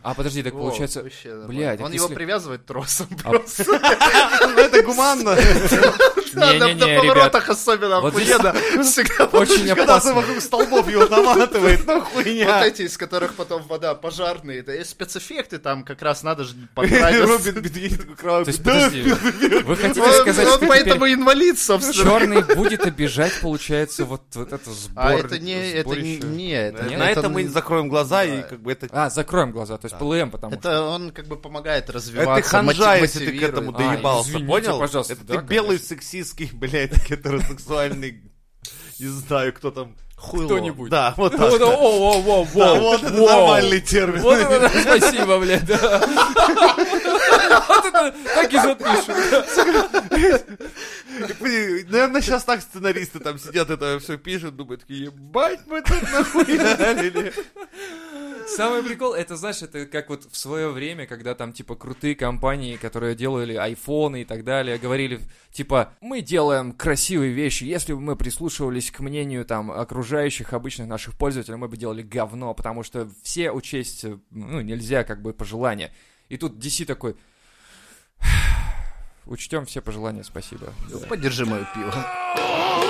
Speaker 4: А, подожди, так
Speaker 3: Во,
Speaker 4: получается...
Speaker 3: вообще нормально.
Speaker 4: Блядь,
Speaker 3: он
Speaker 4: так
Speaker 3: его
Speaker 4: если- А,
Speaker 3: привязывает тросом просто.
Speaker 2: Ну, Это гуманно.
Speaker 3: Да, на-
Speaker 4: Не-не-не,
Speaker 3: На
Speaker 4: ребят.
Speaker 3: поворотах особенно
Speaker 4: Вот здесь
Speaker 3: охуенно. Всегда вот
Speaker 4: Очень
Speaker 2: Когда ты
Speaker 4: опасно.
Speaker 2: вокруг столбов его наматывает, ну хуйня.
Speaker 3: эти, из которых потом вода пожарные. Да и спецэффекты там как раз надо же подправить.
Speaker 2: Робин Бедвинин такой кровавый.
Speaker 4: То есть,
Speaker 2: «Да,
Speaker 4: подожди, вы хотите
Speaker 3: Он,
Speaker 4: сказать,
Speaker 3: он
Speaker 4: что
Speaker 3: поэтому
Speaker 4: теперь
Speaker 3: инвалид, собственно.
Speaker 4: черный будет обижать, получается, вот, вот это сбор.
Speaker 3: А это не, это не,
Speaker 4: сборище?
Speaker 3: не, это,
Speaker 4: Нет?
Speaker 2: На
Speaker 3: это-
Speaker 2: этом мы закроем глаза и
Speaker 3: Да.
Speaker 2: как бы это...
Speaker 4: А, закроем глаза, то есть ПЛМ, потому что...
Speaker 3: Это он как бы помогает
Speaker 2: Это ты
Speaker 3: развиваться,
Speaker 2: ханжа,
Speaker 3: мотив-
Speaker 2: если ты к
Speaker 3: мотивирует.
Speaker 2: этому
Speaker 4: А,
Speaker 2: доебался,
Speaker 4: извините,
Speaker 2: понял?
Speaker 4: пожалуйста,
Speaker 2: Это
Speaker 4: да,
Speaker 2: ты белый сексистский, блядь, гетеросексуальный, не знаю, кто там...
Speaker 3: Хуйло.
Speaker 4: Кто-нибудь.
Speaker 2: Да, вот
Speaker 4: Вот
Speaker 2: так.
Speaker 4: это- о, о, о, о,
Speaker 2: Да,
Speaker 4: о,
Speaker 2: вот это
Speaker 4: о.
Speaker 2: нормальный термин.
Speaker 4: Вот это, спасибо, блядь. да. Вот это так и запишут.
Speaker 2: Наверное, сейчас так сценаристы там сидят, это все пишут, думают, такие, ебать, мы тут нахуярили.
Speaker 4: Самый прикол, это, знаешь, это как вот в свое время, когда там, типа, крутые компании, которые делали айфоны и так далее, говорили, типа, мы делаем красивые вещи, если бы мы прислушивались к мнению, там, окружающих, обычных наших пользователей, мы бы делали говно, потому что все учесть, э, ну, нельзя, как бы, пожелания. И тут DC такой... Учтем все пожелания, спасибо.
Speaker 3: Поддержи мое пиво.
Speaker 2: Ой,